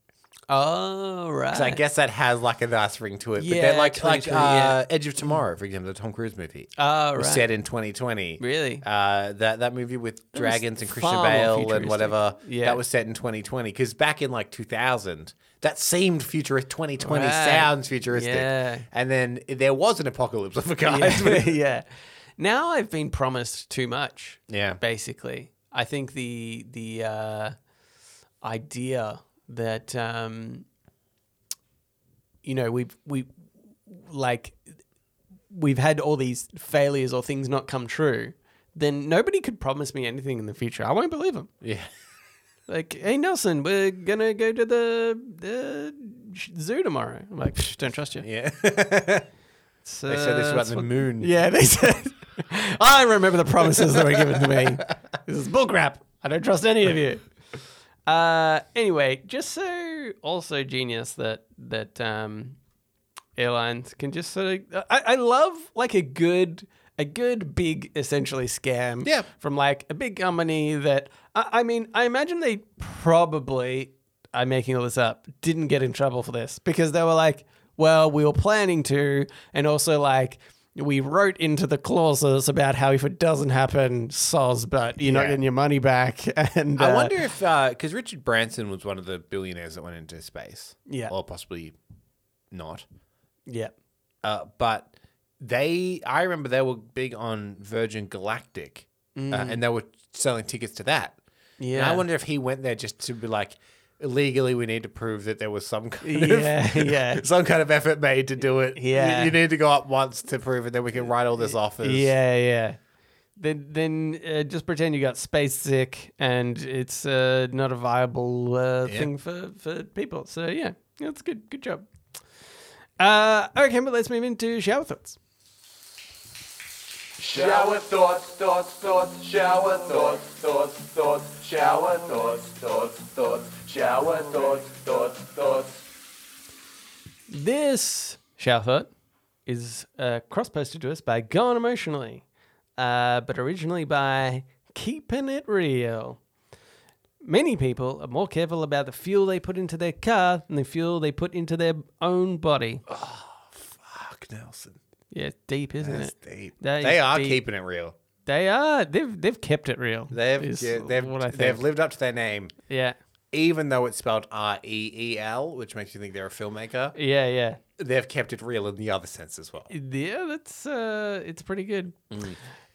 A: Oh, right.
B: So I guess that has like a nice ring to it. but
A: Yeah,
B: then like like
A: 2020,
B: uh, Edge of Tomorrow, for example, the Tom Cruise movie.
A: oh,
B: was
A: right.
B: Set in 2020.
A: Really?
B: Uh, that that movie with dragons and Christian
A: far more
B: Bale and
A: futuristic.
B: whatever.
A: Yeah.
B: That was set in 2020. Because back in like 2000, that seemed futuristic. 2020
A: Right.
B: sounds futuristic.
A: Yeah.
B: And then there was an apocalypse. I forgot.
A: yeah. yeah. Now I've been promised too much.
B: Yeah.
A: Basically, I think the the uh, idea that um, you know we've we like we've had all these failures or things not come true. Then nobody could promise me anything in the future. I won't believe them.
B: yeah.
A: Like, hey Nelson, we're gonna go to the uh, sh- zoo tomorrow. I'm like, "Psh, don't trust you.
B: Yeah. they
A: So
B: said this about the moon.
A: yeah, they said. I remember the promises that were given to me. This is bullcrap. I don't trust any of you. Uh, anyway, just so also genius that that um, airlines can just sort of. I, I love like a good a good big essentially scam.
B: Yeah.
A: From like a big company that I, I mean I imagine they probably I'm making all this up didn't get in trouble for this because they were like, well, we were planning to, and also like. We wrote into the clauses about how if it doesn't happen, soz, but you're not
B: Yeah.
A: getting your money back. And
B: I
A: uh,
B: wonder if because Richard Branson was one of the billionaires that went into space.
A: Yeah.
B: Or possibly not.
A: Yeah.
B: Uh, but they, I remember they were big on Virgin Galactic, uh, and they were selling tickets to that. And
A: Mm. Yeah.
B: I wonder if he went there just to be like, legally, we need to prove that there was some kind
A: Yeah,
B: of
A: yeah.
B: some kind of effort made to do it. You-
A: Yeah.
B: you, need to go up once to prove it, then we can write all this off. As,
A: Yeah, yeah. Then, then uh, just pretend you got space sick and it's uh, not a viable uh, thing for, for people. So yeah, that's good. Good job. Uh, okay, but let's move into shower thoughts.
D: Shower thoughts, thoughts, thoughts, shower thoughts, thoughts, thoughts, shower thoughts, thoughts, thoughts, shower thoughts, thoughts, thoughts.
A: This shower thought is uh, cross posted to us by Gone Emotionally, uh, but originally by Keeping It Real. Many people are more careful about the fuel they put into their car than the fuel they put into their own body.
B: Fuck Nelson.
A: Yeah, it's deep, isn't
B: That's
A: it?
B: deep.
A: That
B: they
A: is
B: are
A: deep.
B: keeping it real.
A: They are. They've they've kept it real.
B: They've
A: is
B: yeah, they've
A: what I
B: they've
A: think.
B: lived up to their name,
A: yeah,
B: even though it's spelled R E E L, which makes you think they're a filmmaker.
A: yeah, yeah.
B: They've kept it real in the other sense as well.
A: Yeah, that's uh, it's pretty good.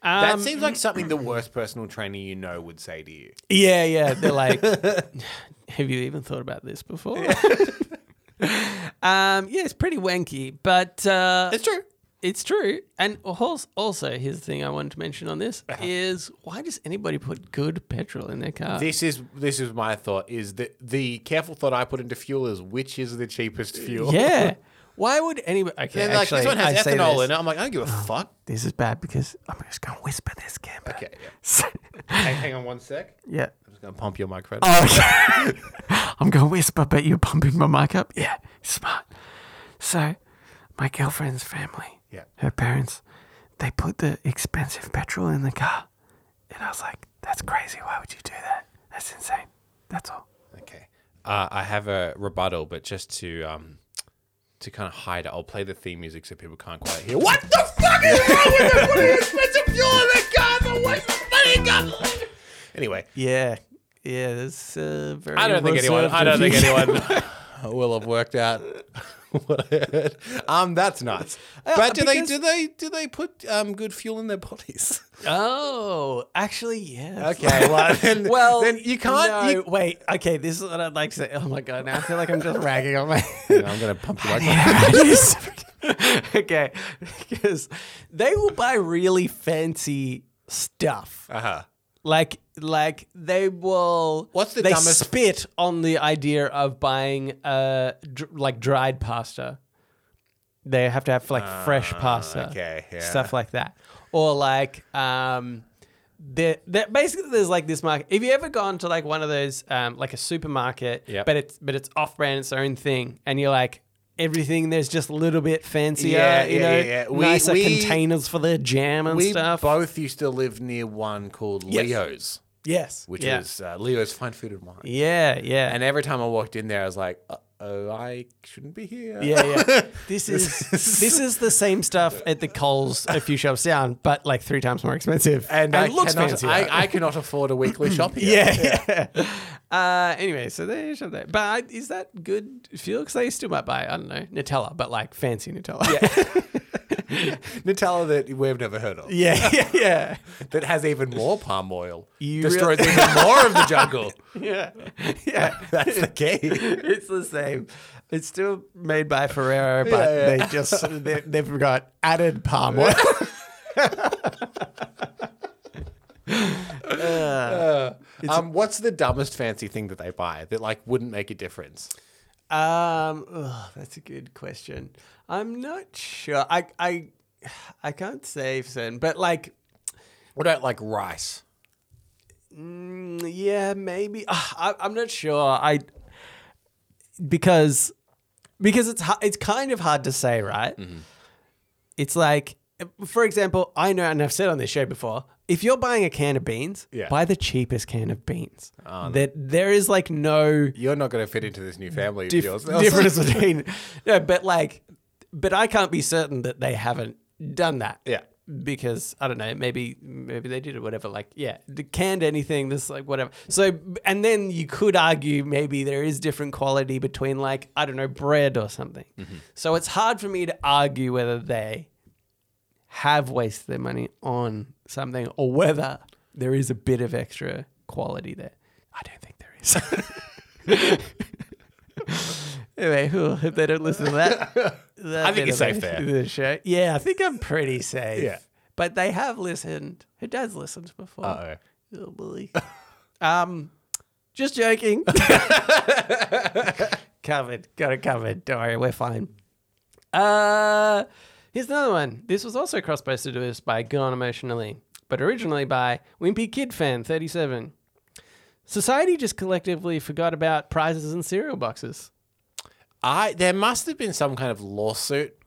B: That
A: Um,
B: seems like something the worst personal trainer you know would say to you.
A: Yeah, yeah. They're like, have you even thought about this before? um, yeah, it's pretty wanky, but uh,
B: It's true.
A: it's true. And also, also, here's the thing I wanted to mention on this
B: Uh-huh.
A: is why does anybody put good petrol in their car?
B: This is this is my thought. Is that the careful thought I put into fuel is which is the cheapest fuel?
A: yeah. Why would anybody? Okay,
B: And like
A: actually,
B: this one
A: I
B: has
A: say
B: ethanol
A: this.
B: in it. I'm like, I don't give
A: Oh.
B: a fuck.
A: This is bad because I'm just going to whisper this, Kim.
B: Okay. Yeah. hang, hang on one sec. I'm
A: yeah.
B: just gonna pump your microphone.
A: Oh. Okay. I'm going to whisper, but you're pumping my mic up. Yeah, smart. So, my girlfriend's family,
B: Yeah.
A: her parents, they put the expensive petrol in the car. And I was like, that's crazy. Why would you do that? That's insane. That's all.
B: Okay. Uh, I have a rebuttal, but just to um to kind of hide it, I'll play the theme music so people can't quite hear. What the fuck is wrong with them? What is expensive fuel in the car? The waste of money. God. Anyway.
A: Yeah. Yeah, that's uh, very
B: I don't think anyone. I don't think anyone. I will have worked out what I heard. Um, that's nuts. But do
A: Uh, because-
B: they do they do they put um, good fuel in their bodies?
A: Oh, actually, yeah.
B: Okay, well, then-
A: well,
B: then you can't-
A: No,
B: you-
A: wait. Okay, this is what I'd like to say. Oh my god, now I feel like I'm just ragging on my.
B: I'm gonna pump the microphone.
A: okay, because they will buy really fancy stuff.
B: Uh-huh.
A: Like, like they will.
B: What's the
A: they
B: dumbest-
A: spit on the idea of buying uh dr- like dried pasta. They have to have like fresh pasta,
B: Ah, okay, yeah.
A: stuff like that, or like um, there, there basically there's like this market. Have you ever gone to like one of those um, like a supermarket,
B: Yep.
A: but it's but it's off brand, its own thing, and you're like everything there's just a little bit fancier,
B: Yeah,
A: you
B: yeah,
A: know,
B: yeah, yeah. We-
A: nicer
B: we-
A: containers for their jam and
B: We
A: stuff.
B: both used to live near one called
A: Yes.
B: Leo's,
A: yes,
B: which
A: yeah.
B: was uh, Leo's Fine Food and Wine.
A: yeah, yeah,
B: And every time I walked in there, I was like, "Oh, I shouldn't be here."
A: yeah, yeah. This is this is the same stuff at the Coles a few shops down, but like three times more expensive,
B: and I
A: it looks
B: cannot,
A: fancier.
B: I, I cannot afford a weekly shop here.
A: yeah, yeah. uh, anyway, so they showed that. But I, is that good fuel? Because they still might buy, I don't know, Nutella, but like fancy Nutella.
B: Nutella that we've never heard of.
A: yeah, yeah, yeah.
B: That has even more palm oil.
A: You
B: destroys even more of the jungle.
A: Yeah. Yeah.
B: That's the key.
A: It's the same. It's still made by Ferrero, but
B: Yeah, yeah.
A: they just they, they've got added palm oil.
B: Um, what's the dumbest fancy thing that they buy that like wouldn't make a difference?
A: Um, ugh, that's a good question. I'm not sure. I I I can't say for certain, but like
B: What about like rice?
A: Mm, yeah, maybe. Ah, I, I'm not sure. I because because it's ha- it's kind of hard to say, right?
B: Mm-hmm.
A: It's like, for example, I know, and I've said on this show before. If you're buying a can of beans,
B: Yeah. Ah,
A: buy the cheapest can of beans. that there is like no
B: You're not going to fit into this new family
A: dif-
B: of yours.
A: difference between no, but like, but I can't be certain that they haven't done that.
B: Yeah.
A: because I don't know, maybe maybe they did it, whatever. Like, yeah, the canned anything, this like whatever. So, and then you could argue maybe there is different quality between like I don't know bread or something.
B: Mm-hmm.
A: So it's hard for me to argue whether they have wasted their money on something or whether there is a bit of extra quality there. I don't think there is. anyway, whew, hope they don't listen to that. that
B: I
A: bit
B: think you're
A: of
B: safe
A: the-
B: there.
A: the show. Yeah, I think I'm pretty safe.
B: Yeah.
A: But they have listened. Who does listen before?
B: Uh-oh.
A: Oh, bully. um, just joking. covered. Got it covered. Don't worry, we're fine. Uh, here's another one. This was also cross-posted to us by Gone Emotionally, but originally by Wimpy Kid Fan 37. Society just collectively forgot about prizes and cereal boxes.
B: I there must have been some kind of lawsuit.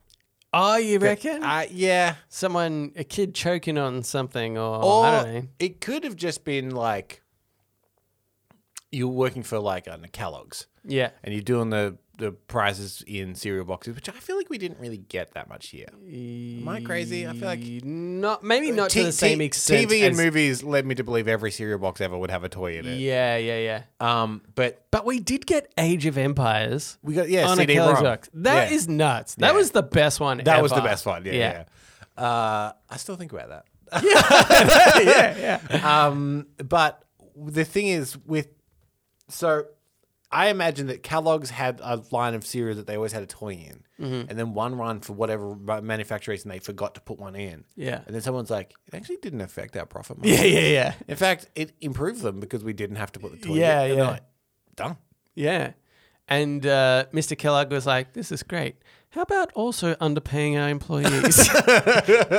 A: Oh, you reckon?
B: Uh, yeah,
A: Someone, a kid choking on something, or,
B: or
A: I don't know.
B: it could have just been like you're working for like I don't know, Kellogg's
A: Yeah,
B: and you're doing the the prizes in cereal boxes, which I feel like we didn't really get that much here. Am I crazy? I feel like
A: not maybe not
B: Uh, T-
A: to the
B: T-
A: same extent.
B: TV and
A: as-
B: movies led me to believe every cereal box ever would have a toy in it.
A: Yeah, yeah, yeah.
B: Um, but
A: But we did get Age of Empires.
B: we got yeah,
A: on a
B: CD
A: Kellogg's
B: ROM.
A: box. That is
B: Yeah.
A: nuts. That
B: Yeah.
A: was the best one.
B: that was the
A: ever.
B: best one. Yeah, yeah. Uh, I still think about that. yeah, yeah. Um, but the thing is, with so I imagine that Kellogg's had a line of cereal that they always had a toy in, and then one run for whatever ma- manufacturer reason they forgot to put one in.
A: Yeah.
B: and then someone's like, it actually didn't affect our profit margin.
A: Yeah, yeah, yeah,
B: In fact, it improved them because we didn't have to put the toy.
A: Yeah,
B: in. And
A: yeah.
B: they're like, Done.
A: yeah. And uh, Mr. Kellogg was like, "This is great. How about also underpaying our employees?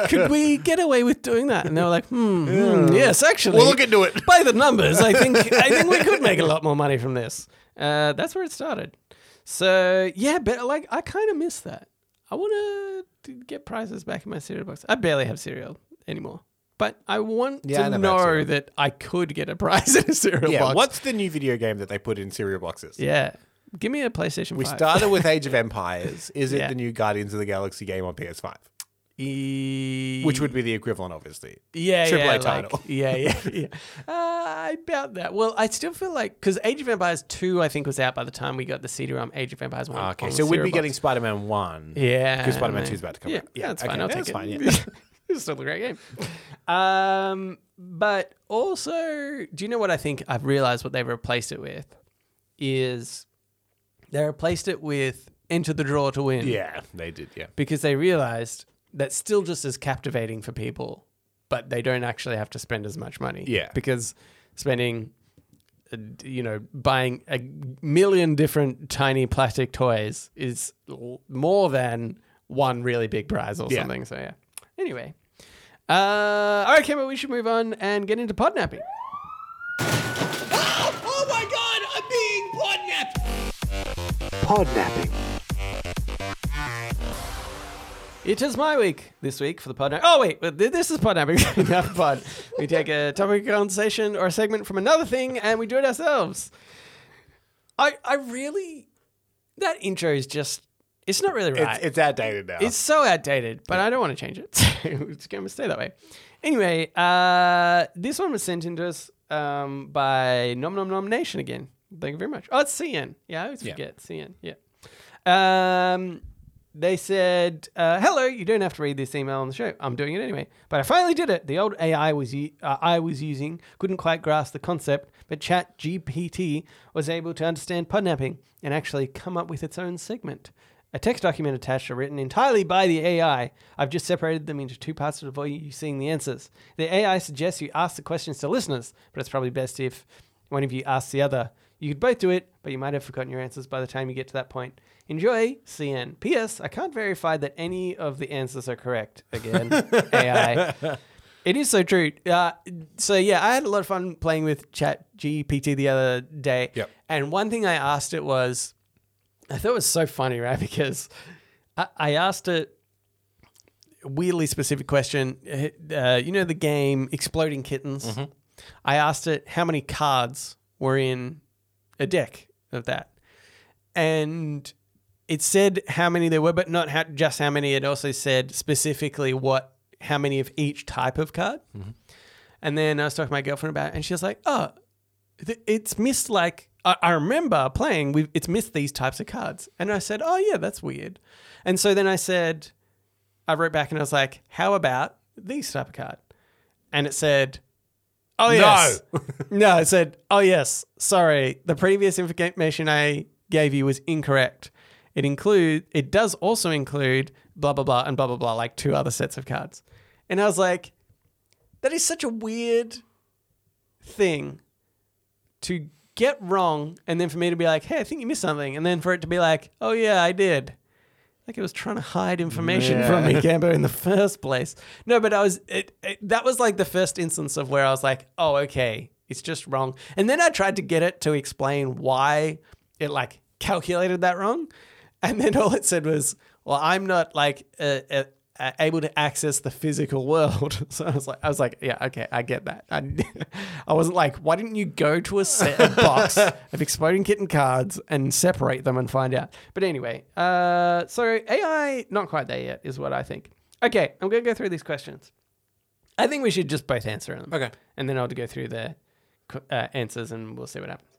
A: Could we get away with doing that?" And they were like, "Hmm, hmm, yes, actually,
B: We'll look into it.
A: by the numbers, I think I think we could make a lot more money from this. Uh, that's where it started. So yeah, but like I kind of miss that. I want to get prizes back in my cereal box. I barely have cereal anymore, but I want
B: Yeah, I
A: to
B: never have
A: know
B: cereal.
A: that I could get a prize in a cereal
B: Yeah.
A: box.
B: What's the new video game that they put in cereal boxes?
A: Yeah, give me a PlayStation.
B: We
A: five.
B: started with Age of Empires. Is it
A: Yeah.
B: the new Guardians of the Galaxy game on PS5?
A: E-
B: which would be the equivalent, obviously.
A: yeah,
B: Triple
A: yeah,
B: A
A: like-
B: title.
A: yeah, yeah, yeah. Uh, I doubt that. Well, I still feel like because Age of Empires two, I think, was out by the time we got the CD-ROM. Age of Empires one.
B: Ah, Okay,
A: on
B: so we'd
A: Xerobox.
B: be getting Spider Man 1.
A: Yeah,
B: Because Spider Man
A: mate.
B: 2 is about to come
A: yeah,
B: out.
A: Yeah, that's
B: okay,
A: fine. I'll
B: that's
A: take
B: fine,
A: it.
B: yeah.
A: it's still a great game. Um, but also, do you know what I think? I've realized what they've replaced it with is they replaced it with Enter the Draw to Win.
B: yeah, they did, yeah.
A: because they realized that's still just as captivating for people, but they don't actually have to spend as much money.
B: Yeah.
A: because spending. uh, d- You know, buying a million different tiny plastic toys is l- more than one really big prize or
B: Yeah.
A: something. So yeah. Anyway, uh, all right, Kimber, we should move on and get into podnapping.
B: Oh my god, I'm being podnapped!
E: Podnapping.
A: It is my week this week for the pod. Oh wait, but th- this is pod napping. Not pod. We take a topic of conversation or a segment from another thing, and we do it ourselves. I I really that intro is just it's not really right.
B: It's, it's outdated now.
A: It's so outdated, but I don't want to change it. So it's going to stay that way. Anyway, uh, this one was sent in to us um, by Nom Nom Nom Nation again. Thank you very much. Oh, it's CN. Yeah, I always forget CN. Yeah. Um, they said, uh, "Hello, you don't have to read this email on the show. I'm doing it anyway, but I finally did it. The old AI was u- uh, I was using couldn't quite grasp the concept, but Chat GPT was able to understand podnapping and actually come up with its own segment. A text document attached are written entirely by the AI. I've just separated them into two parts to avoid you seeing the answers. The AI suggests you ask the questions to listeners, but it's probably best if one of you asks the other." You could both do it, but you might have forgotten your answers by the time you get to that point. Enjoy, CN. P.S. I can't verify that any of the answers are correct. Again, AI. It is so true. Uh, so yeah, I had a lot of fun playing with Chat GPT the other day.
B: Yep.
A: And one thing I asked it was, I thought it was so funny, right? Because I, I asked it weirdly specific question. Uh, you know the game Exploding Kittens. I asked it how many cards were in a deck of that, and it said how many there were, but not how, just how many. It also said specifically what how many of each type of card. And then I was talking to my girlfriend about it, and she was like, "Oh, th- it's missed like I, I remember playing. We've, it's missed these types of cards." And I said, "Oh yeah, that's weird." And so then I said, I wrote back and I was like, "How about these type of card?" And it said, "Oh yes, no, no." It said, "Oh yes, sorry. The previous information I gave you was incorrect. It include it does also include blah blah blah and blah blah blah like two other sets of cards." And I was like, "That is such a weird thing to get wrong, and then for me to be like, hey, I think you missed something,' and then for it to be like, oh yeah, I did." like it was trying to hide information from me, Gambo, in the first place. No, but I was it, it, that was like the first instance of where I was like, oh, okay, it's just wrong. And then I tried to get it to explain why it like calculated that wrong, and then all it said was, well, I'm not like uh, uh, uh, able to access the physical world. So I was like, I was like, yeah, okay, I get that. I, I wasn't like, why didn't you go to a set a box of exploding kitten cards and separate them and find out? But anyway, uh, so AI not quite there yet is what I think. Okay, I'm gonna go through these questions. I think we should just both answer them.
B: Okay.
A: and then I'll go through the qu- uh, answers and we'll see what happens.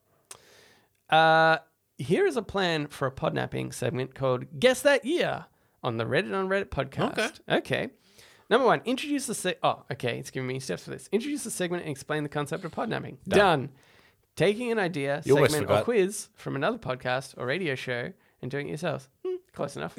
A: Uh, here is a plan for a podnapping segment called Guess That Year on the Reddit on Reddit podcast. Okay. Number one, introduce the se- oh, okay, it's giving me steps for this. Introduce the segment and explain the concept of podnapping. Done. Taking an idea,
B: You almost
A: segment, or
B: forgot.
A: quiz from another podcast or radio show and doing it yourselves. Hmm, close enough.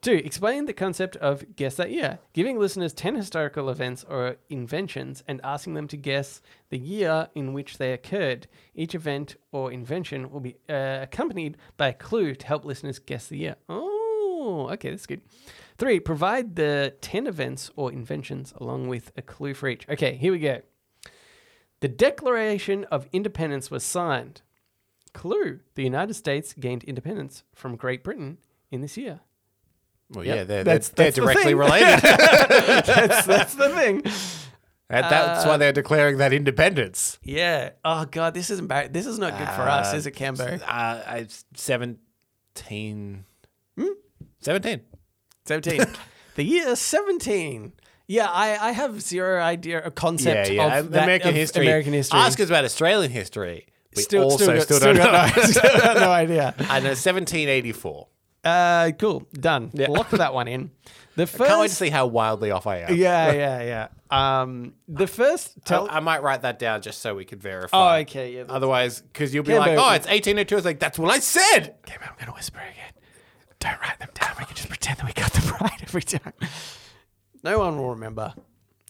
A: Two, explain the concept of guess that year, giving listeners 10 historical events or inventions and asking them to guess the year in which they occurred. Each event or invention will be uh, accompanied by a clue to help listeners guess the year. Oh, okay, that's good. Three, provide the 10 events or inventions along with a clue for each. Okay, here we go. The Declaration of Independence was signed. Clue, the United States gained independence from Great Britain in this year.
B: well,
A: Yep.
B: yeah, they're,
A: That's-
B: they're,
A: that's the
B: they're directly
A: thing.
B: related. that,
A: that's, that's the thing. Uh,
B: that's why they're declaring that independence.
A: Yeah. Oh god, this is embar- this is not good for us, is it, Cambo?
B: Uh, I, 17. 17.
A: Hmm? Seventeen. The year 17. Yeah, I, I have zero idea a concept
B: yeah, yeah.
A: of that-
B: American
A: of
B: history.
A: American history.
B: Ask us about Australian history. We
A: still,
B: also still,
A: got-
B: don't
A: got
B: know.
A: No, still got no idea.
B: I know 1784.
A: Uh, cool. Done. Lock that one in. The first.
B: Can't wait to see how wildly off I am.
A: Yeah, yeah, yeah. Um, the first.
B: I,
A: Tell-
B: I might write that down just so we could verify.
A: oh, okay. Yeah, that's-
B: Otherwise, because you'll be
A: Yeah,
B: like,
A: but-
B: oh, it's 1802. It's like, that's what I said. Okay, I'm going to whisper again. Don't write them down. We can just pretend that we got them
A: right every time. No one will remember.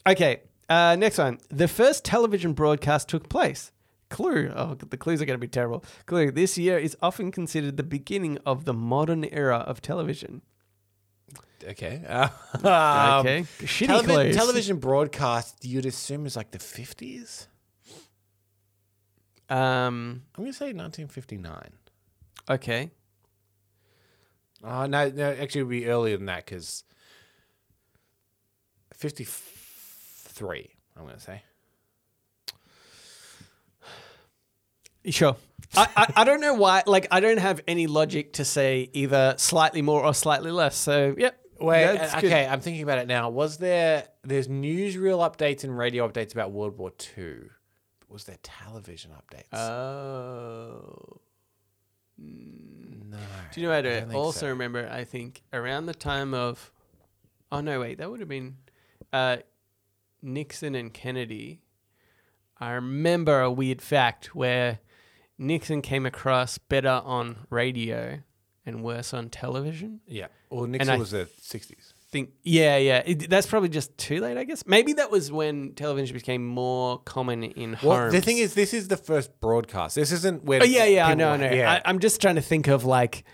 A: Okay, uh, next one. The first television broadcast took place. Clue. Oh, the clues are going to be terrible. Clue. This year is often considered the beginning of the modern era of television.
B: Okay. Uh,
A: Okay.
B: um,
A: Shitty
B: televi-
A: clues.
B: television broadcast, you'd assume is like the 50s?
A: Um.
B: I'm going to say 1959.
A: Okay.
B: Uh, no, no, actually, it would be earlier than that because 53, I'm going to say.
A: Sure. I, I, I don't know why. Like, I don't have any logic to say either slightly more or slightly less. So, yep.
B: Wait,
A: that's
B: uh,
A: good.
B: okay, I'm thinking about it now. Was there, there's newsreel updates and radio updates about World War II. but Was there television updates?
A: Oh.
B: no.
A: Do you know what I,
B: don't think
A: also
B: so.
A: remember? I think around the time of, oh no, wait, that would have been uh, Nixon and Kennedy. I remember a weird fact where Nixon came across better on radio and worse on television.
B: Yeah. Well, Nixon
A: I-
B: was the 60s.
A: Think, yeah, yeah, it, that's probably just too late, I guess. Maybe that was when television became more common in
B: Well,
A: homes.
B: the thing is, this is the first broadcast. This isn't where.
A: Oh, yeah, yeah, I
B: people-
A: know, I know.
B: yeah.
A: I, I'm just trying to think of like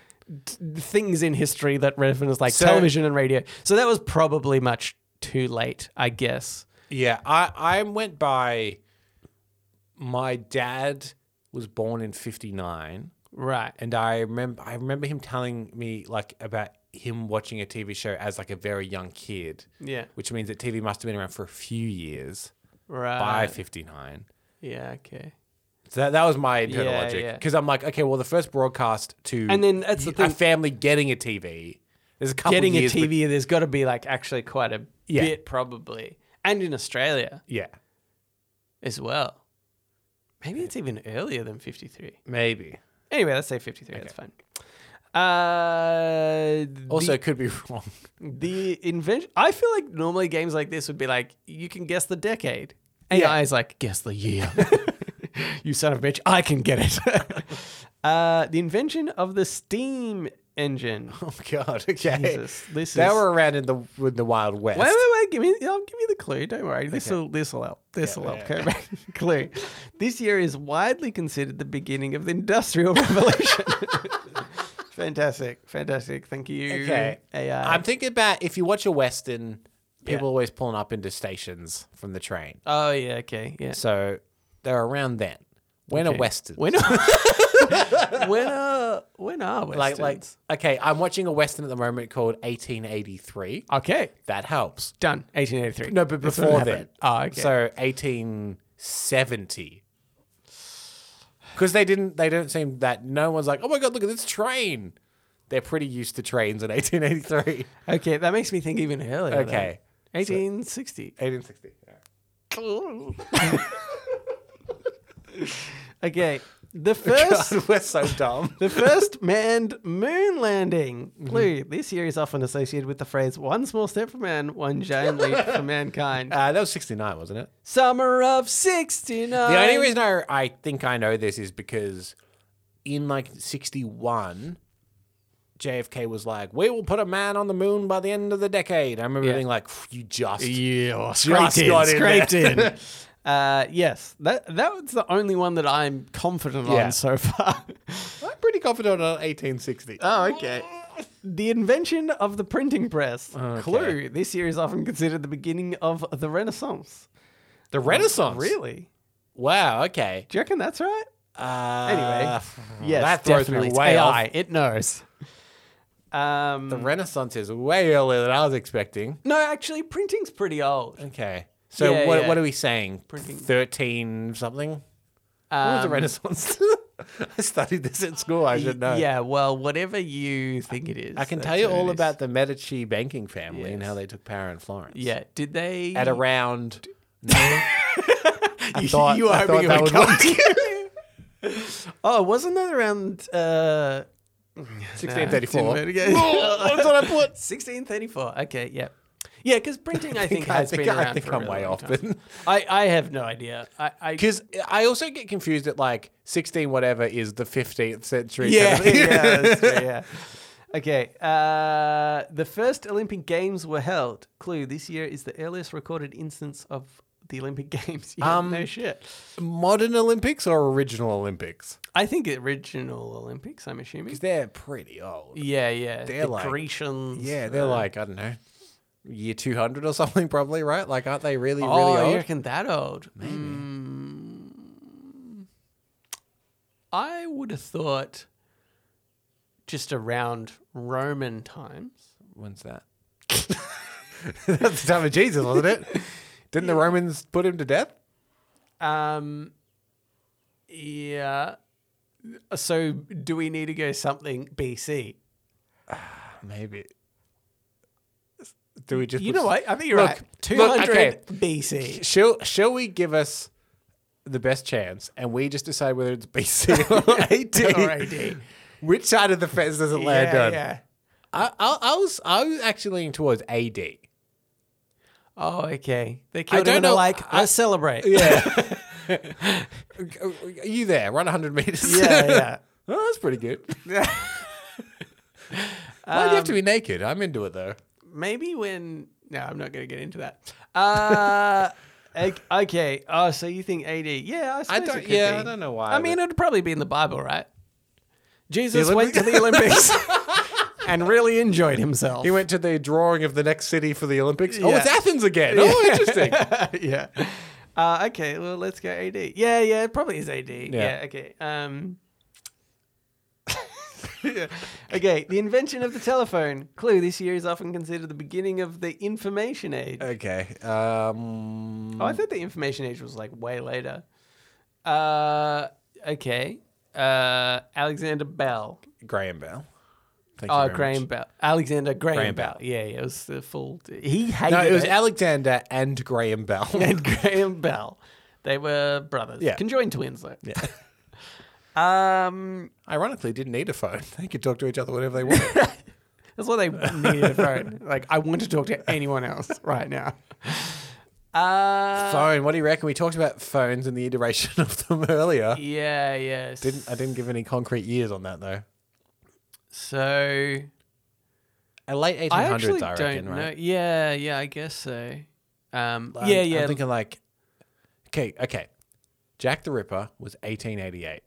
A: t- things in history that reference like
B: So-
A: television and radio. So that was probably much too late, I guess.
B: Yeah, I, I went by. My dad was born in '59,
A: Right.
B: and I remember I remember him telling me like about him watching a TV show as like a very young kid.
A: Yeah.
B: which means that TV must have been around for a few years
A: Right.
B: by '59.
A: Yeah. Okay.
B: So that, that was my internal
A: Yeah,
B: logic
A: yeah.
B: because I'm like, okay, well, the first broadcast to
A: And then that's the
B: a
A: thing.
B: family getting a TV. There's a couple
A: Getting a
B: years
A: TV, there's got to be like actually quite a
B: Yeah.
A: bit, probably, and in Australia
B: be- yeah,
A: as well. Maybe it's even earlier than 53.
B: maybe.
A: Anyway, let's say 53. That's fine. Uh,
B: Also,
A: the-
B: it could be wrong.
A: The invention. I feel like normally games like this would be like you can guess the decade. AI is like guess the year. you son of a bitch! I can get it. uh, the invention of the steam engine.
B: Oh God! Okay,
A: Jesus, this
B: they
A: is-
B: were around in the in the Wild West.
A: Wait, wait, wait! Give me, I'll give you the clue. Don't worry. This will, this will help. This will help. Okay. clue. This year is widely considered the beginning of the industrial revolution. fantastic, fantastic. Thank you.
B: Okay,
A: AI.
B: I'm thinking about if you watch a western, people
A: Yeah.
B: always pulling up into stations from the train,
A: oh yeah. Okay. Yeah.
B: so they're around then. When
A: Okay.
B: are westerns?
A: When when are when are
B: like like okay, I'm watching a western at the moment called 1883.
A: okay
B: That helps.
A: done 1883
B: No, but
A: That's what
B: before
A: happened.
B: then. Ah,
A: oh okay
B: So 1870. Because they didn't, they don't seem that. No one's like, oh my god, look at this train. They're pretty used to trains in 1883.
A: okay that makes me think even earlier though.
B: Okay.
A: 1860
B: 1860.
A: okay the first
B: God, we're so dumb.
A: the first manned moon landing
B: Mm-hmm.
A: clue this year is often associated with the phrase one small step for man one giant leap for mankind
B: Uh, that was 69, wasn't it?
A: summer of 69
B: The only reason I, I think I know this is because in like 61, JFK was like, we will put a man on the moon by the end of the decade. I remember
A: Yeah.
B: being like, you just.
A: Yeah,
B: oh, scraped in, scraped
A: in. uh, yes, that that was the only one that I'm confident
B: Yeah.
A: on so far.
B: I'm pretty confident on 1860.
A: oh, okay. The invention of the printing press.
B: Okay.
A: Clue. This year is often considered the beginning of the Renaissance.
B: the Renaissance.
A: Really?
B: Wow, okay.
A: Do you reckon that's right?
B: Uh,
A: Anyway, yes,
B: that throws
A: definitely.
B: me
A: It's
B: way
A: AI.
B: off.
A: It knows. Um,
B: The Renaissance is way earlier than I was expecting.
A: no, actually, printing's pretty old.
B: Okay. So
A: Yeah,
B: what,
A: yeah.
B: what are we saying?
A: Printing.
B: 13 something? What was
A: Um,
B: the Renaissance? I studied this at school. I should know.
A: Yeah, well, whatever you think it is.
B: I can
A: that's
B: tell you
A: what it
B: all
A: is.
B: about the Medici banking family and
A: Yes.
B: how they took power in Florence.
A: Yeah, did they?
B: At around.
A: you,
B: thought-
A: you were
B: I
A: hoping
B: thought
A: it would
B: that
A: come
B: would
A: to you. oh, wasn't that around? Uh,
B: 1634.
A: That's what I put. 1634. Okay, yeah. Yeah, because printing, I think,
B: I
A: has
B: think-
A: been
B: I
A: around
B: think
A: for a
B: I'm
A: really
B: way
A: long
B: off
A: time.
B: then.
A: I, I have no idea. I, I
B: Because I also get confused at like 16 whatever is the 15th century.
A: yeah,
B: kind of thing.
A: yeah, that's true, yeah. Okay. Uh, the first Olympic Games were held. Clue: This year is the earliest recorded instance of the Olympic Games. Yeah,
B: Um,
A: no shit.
B: Modern Olympics or original Olympics?
A: I think original Olympics. I'm assuming.
B: Because they're pretty old.
A: Yeah, yeah.
B: They're
A: the
B: like-
A: Grecians.
B: Yeah, they're
A: uh,
B: like, I don't know, year 200 or something, probably, right? Like, aren't they really, really
A: oh,
B: old?
A: you reckon that old? Maybe. Hmm. I would have thought just around Roman times.
B: When's that? That's the time of Jesus, wasn't it? Didn't the Romans put him to death?
A: Um, yeah. So do we need to go something BC?
B: Maybe. Do we just
A: You know what? I think you're
B: Look,
A: right.
B: look,
A: 200
B: okay.
A: BC.
B: Shall Shall we give us the best chance, and we just decide whether it's BC or AD?
A: Or AD.
B: Which side of the fence does it land
A: Yeah,
B: on?
A: yeah.
B: I, I, I was I was actually leaning towards AD.
A: Oh, okay. They killed
B: don't
A: him and they're
B: know-
A: like,
B: I-
A: let's celebrate.
B: Yeah. Are you there? Run 100 meters.
A: Yeah, yeah.
B: oh, that's pretty good. Why do you have to be naked? I'm into it though.
A: maybe when no i'm not going to get into that uh ec- okay oh so you think ad yeah i, suppose
B: don't-
A: it could
B: yeah,
A: be.
B: I don't know why,
A: i mean it'd probably be in the bible right jesus
B: The
A: went to the olympics and really enjoyed himself
B: He went to the drawing of the next city for the Olympics. Oh, it's
A: Yeah.
B: Athens again. Oh, interesting.
A: yeah uh, okay well let's go ad yeah yeah it probably is ad yeah, okay um Yeah. Okay, the invention of the telephone. Clue this year is often considered the beginning of the information age.
B: okay. Um,
A: Oh, I thought the information age was like way later. Uh, okay. Uh, Alexander Bell.
B: Graham Bell. Thank you
A: Oh,
B: very much.
A: Graham Bell. Alexander Graham,
B: Graham
A: Bell.
B: Bell.
A: Yeah, yeah, it was the full. He hated
B: No, it was
A: it.
B: Alexander and Graham Bell.
A: and Graham Bell. They were brothers.
B: Yeah.
A: Conjoined twins, though. Yeah. um,
B: Ironically, didn't need a phone. They could talk to each other whenever they wanted.
A: that's what they needed a phone. Like, I want to talk to anyone else right now. Uh,
B: phone. What do you reckon? We talked about phones and the iteration of them earlier.
A: yeah, yeah.
B: Didn't I? Didn't give any concrete years on that though.
A: So.
B: A late
A: I
B: 1800s, I,
A: actually don't
B: reckon,
A: know.
B: right?
A: Yeah, yeah, I guess so. Um,
B: I'm-
A: yeah, yeah.
B: I'm thinking like, okay, okay. Jack the Ripper was 1888.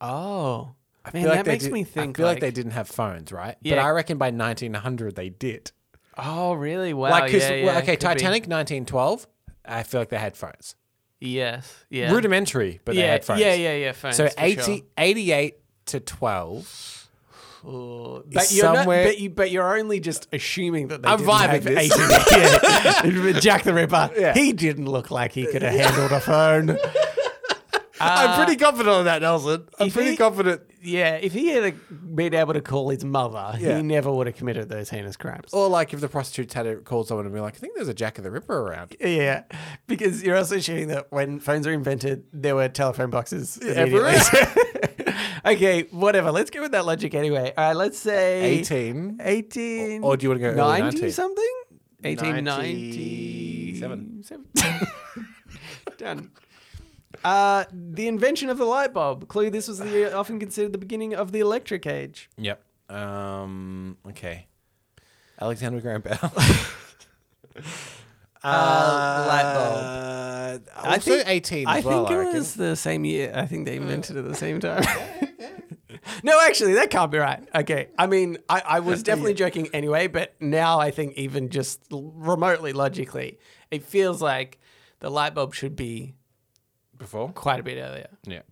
A: oh,
B: I
A: man,
B: feel like
A: that
B: they
A: makes
B: did-
A: me think.
B: I feel like,
A: like,
B: they didn't have phones, right?
A: Yeah.
B: But I reckon by 1900 they did.
A: Oh, really? Wow.
B: like, 'cause-
A: yeah, yeah,
B: well,
A: it
B: okay,
A: could be.
B: Titanic 1912. I feel like they had phones.
A: Yes. Yeah.
B: Rudimentary, but they
A: yeah,
B: had phones.
A: yeah, yeah, yeah. Phones.
B: So
A: for
B: 80,
A: sure.
B: 88 to 12.
A: Ooh,
B: is
A: but you're not-
B: somewhere-
A: but you, but you're only just assuming that they.
B: I'm
A: didn't
B: vibing
A: have
B: this.
A: 18 yeah. Jack the Ripper.
B: Yeah.
A: He didn't look like he could have handled a phone. uh,
B: I'm pretty confident on that, Nelson. I'm
A: if
B: pretty
A: he-
B: confident.
A: Yeah, if he had a, been able to call his mother,
B: Yeah.
A: he never would have committed those heinous crimes.
B: Or like if the prostitutes had to call someone and be like, I think there's a Jack of the Ripper around.
A: Yeah, because you're also showing that when phones were invented, there were telephone boxes
B: everywhere.
A: immediately. okay, whatever. Let's go with that logic anyway. All right, let's say
B: 18.
A: 18
B: Or- or do you wanna go early
A: 90
B: 19?
A: something?
B: 97.
A: 1897. Done. Uh, the invention of the light bulb. Clue, this was the, often considered the beginning of the electric age.
B: Yep. Um, okay. Alexander Graham Bell.
A: Uh, light bulb.
B: Uh, also
A: I think-
B: 18
A: I
B: as well,
A: think
B: I
A: it
B: reckon.
A: was the same year. I think they invented it at the same time. no, actually, that can't be right. Okay. I mean, I, I
B: Uh,
A: was definitely joking anyway, but now I think even just l- remotely logically, it feels like the light bulb should be
B: Before?
A: quite a bit earlier.
B: Yeah.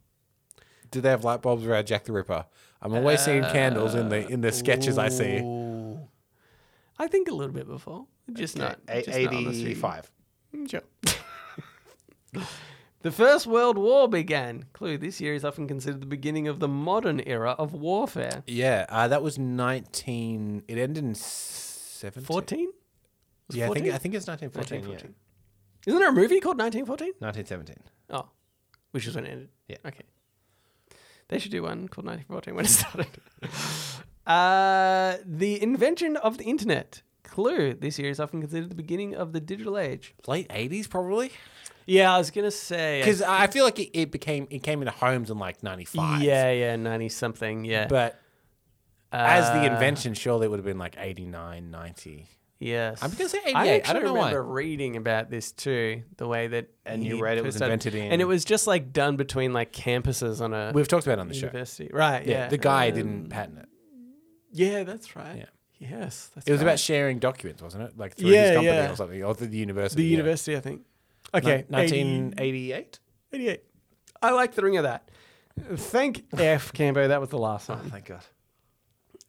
B: Did they have light bulbs around Jack the Ripper? I'm always seeing candles in the in the sketches I see.
A: Uh, Ooh. I think a little bit before. Just not. just not on the street. Mm, Sure. The First World War began. Clue, this year is often considered the beginning of the modern era of warfare.
B: Yeah, uh, that was 19. It ended in 17.
A: 14? Was
B: Yeah, I think,
A: 14?
B: I think it's 1914.
A: 1914.
B: Yeah.
A: Isn't there a movie called 1914?
B: 1917.
A: Oh, which is when it ended.
B: Yeah.
A: Okay. They should do one called 1914 when it started. uh, the invention of the internet. Clue, this year is often considered the beginning of the digital age.
B: Late 80s, probably?
A: Yeah, I was going to say. I-
B: Because I feel like it, it became it came into homes in like 95.
A: Yeah, yeah, 90 something. Yeah.
B: But as
A: Uh,
B: the invention, surely it would have been like 89, 90
A: Yes.
B: I'm gonna say
A: I
B: 88. I
A: actually
B: don't know why.
A: remember reading about this too, the way that
B: And you
A: he
B: read it was
A: posted-
B: invented in-
A: and it was just like done between like campuses on a
B: We've talked about it on the show.
A: university, right?
B: Yeah,
A: Yeah,
B: the guy
A: Um,
B: didn't patent it.
A: Yeah, that's right.
B: Yeah.
A: Yes, that's
B: It was
A: right.
B: about sharing documents, wasn't it? Like through his
A: Yeah,
B: company
A: yeah.
B: or something, or through the university.
A: the
B: yeah.
A: university, I think. Okay,
B: Ni- 1988.
A: 88. I like the ring of that. Thank F, Cambo. That was the last one.
B: Thank God.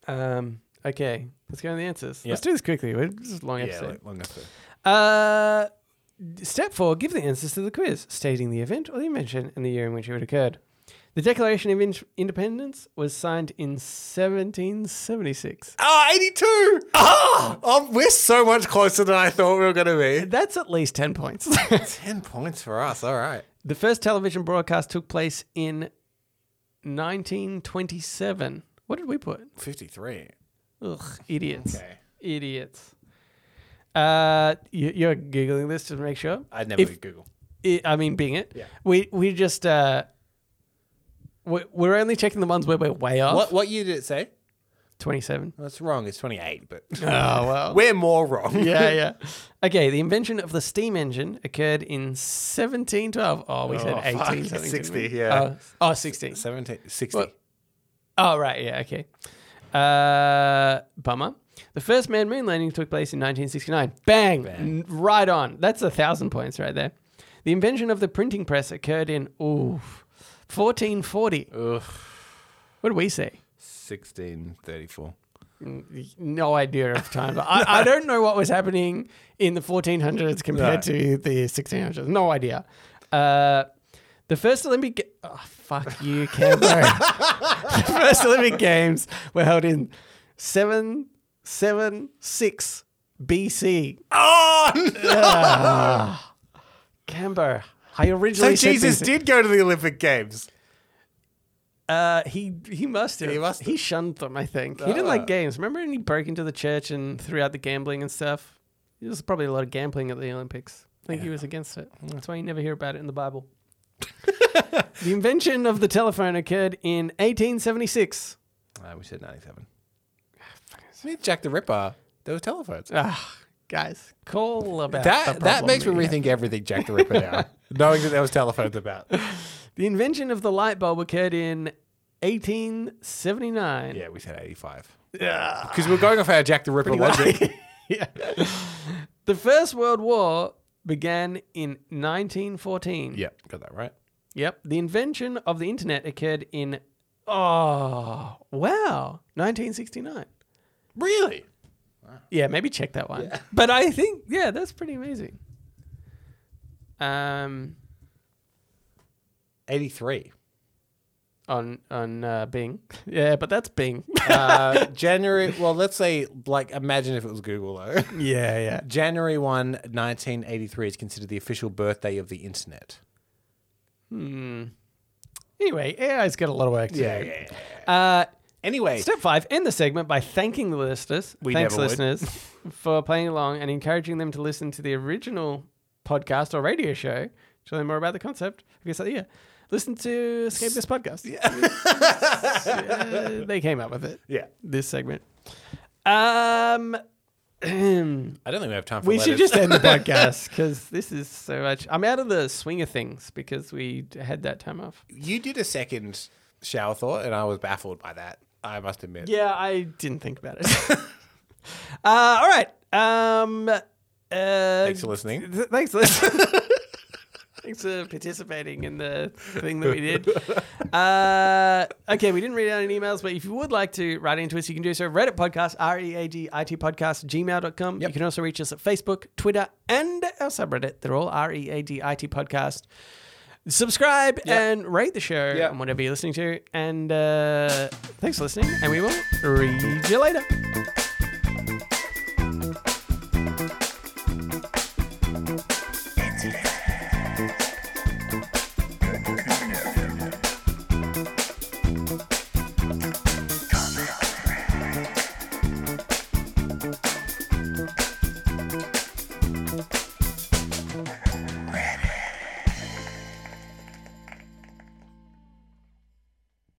A: Um, okay, let's go to the answers.
B: Yeah.
A: Let's do this quickly. We're- This is a long
B: Yeah,
A: episode.
B: like, long after.
A: Uh, step four: give the answers to the quiz, stating the event or the invention and the year in which it occurred. The Declaration of In- Independence was signed in 1776.
B: Oh, 82! Oh, we're so much closer than I thought we were going to be.
A: That's at least 10 points.
B: 10 points for us. All right.
A: the first television broadcast took place in 1927. What did we put?
B: 53.
A: Ugh, idiots.
B: Okay.
A: Idiots. Uh, you, you're Googling this just to make sure?
B: I'd never
A: If-
B: would Google.
A: I I mean, being it.
B: Yeah.
A: We we just uh, we- we're only checking the ones where we're way off.
B: What, what year did it say?
A: Twenty-seven.
B: That's wrong. It's 28, but
A: Oh
B: Ah,
A: well.
B: we're more wrong.
A: yeah, yeah. Okay, the invention of the steam engine occurred in 1712. Oh, we said
B: Oh,
A: 18.
B: fuck.
A: something, didn't
B: 60,
A: we?
B: yeah.
A: Oh, oh, 16.
B: 17, 60.
A: What? Oh, right. Yeah. Okay. Uh, bummer. The first manned moon landing took place in 1969. Bang! N- right on. That's a thousand points right there. The invention of the printing press occurred in ooh, 1440.
B: Ugh.
A: What do we say?
B: 1634.
A: No idea of time. I, I don't know what was happening in the 1400s compared to the 1600s. No idea. Uh, the first Olympic. Ga- oh, fuck you, Canberra. the first Olympic Games were held in 776 BC.
B: Oh, no.
A: Canberra. I
B: So
A: originally said
B: Jesus
A: BC.
B: did go to the Olympic Games.
A: Uh, he he must have.
B: He must have. Uh.
A: He shunned them. I think he didn't like games. Remember when he broke into the church and threw out the gambling and stuff? There was probably a lot of gambling at the Olympics. I think he was against it. That's why you never hear about it in the Bible. the invention of the telephone occurred in 1876.
B: Uh, we said 97. Me, Jack the Ripper. There were telephones.
A: Ah, guys, call about
B: That
A: the
B: that
A: problem
B: makes me
A: we have.
B: rethink everything Jack the Ripper now, knowing that there was telephones about.
A: The invention of the light bulb occurred in 1879.
B: Yeah, we said 85. Because we're going off our Jack the Ripper logic.
A: yeah. The First World War began in 1914.
B: yeah, got that right.
A: Yep. The invention of the internet occurred in oh wow 1969.
B: Really?
A: Yeah, maybe check that one. But I think yeah, that's pretty amazing. Um,
B: 83.
A: on on uh, Bing. Yeah, but that's Bing.
B: Uh, January, well, let's say, like, imagine if it was Google, though.
A: yeah, yeah.
B: January 1, 1983 is considered the official birthday of the internet.
A: Anyway, AI's got a lot of work to do.
B: yeah, yeah.
A: Uh,
B: Anyway,
A: Step five, end the segment by thanking the listeners.
B: We
A: Thanks,
B: never would.
A: listeners, for playing along and encouraging them to listen to the original podcast or radio show to learn more about the concept. I guess, yeah. Listen to Escape This Podcast. Yeah. they came up with it,
B: yeah.
A: this segment. Um,
B: I don't think we have time for
A: we should
B: letters.
A: just end the podcast because this is so much. I'm out of the swing of things because we had that time off.
B: You did a second shower thought, and I was baffled by that. I must admit.
A: Yeah, I didn't think about it. uh, all right. Um, uh,
B: Thanks for listening.
A: th- thanks, for- thanks for participating in the thing that we did. Uh, okay, we didn't read out any emails, but if you would like to write into us, you can do so. Reddit podcast, R E A D I T podcast, gmail.com. You can also reach us at Facebook, Twitter, and our subreddit. They're all R E A D I T podcast. subscribe and rate the show
B: Yeah.
A: on whatever you're listening to. And uh, thanks for listening. And we will read you later.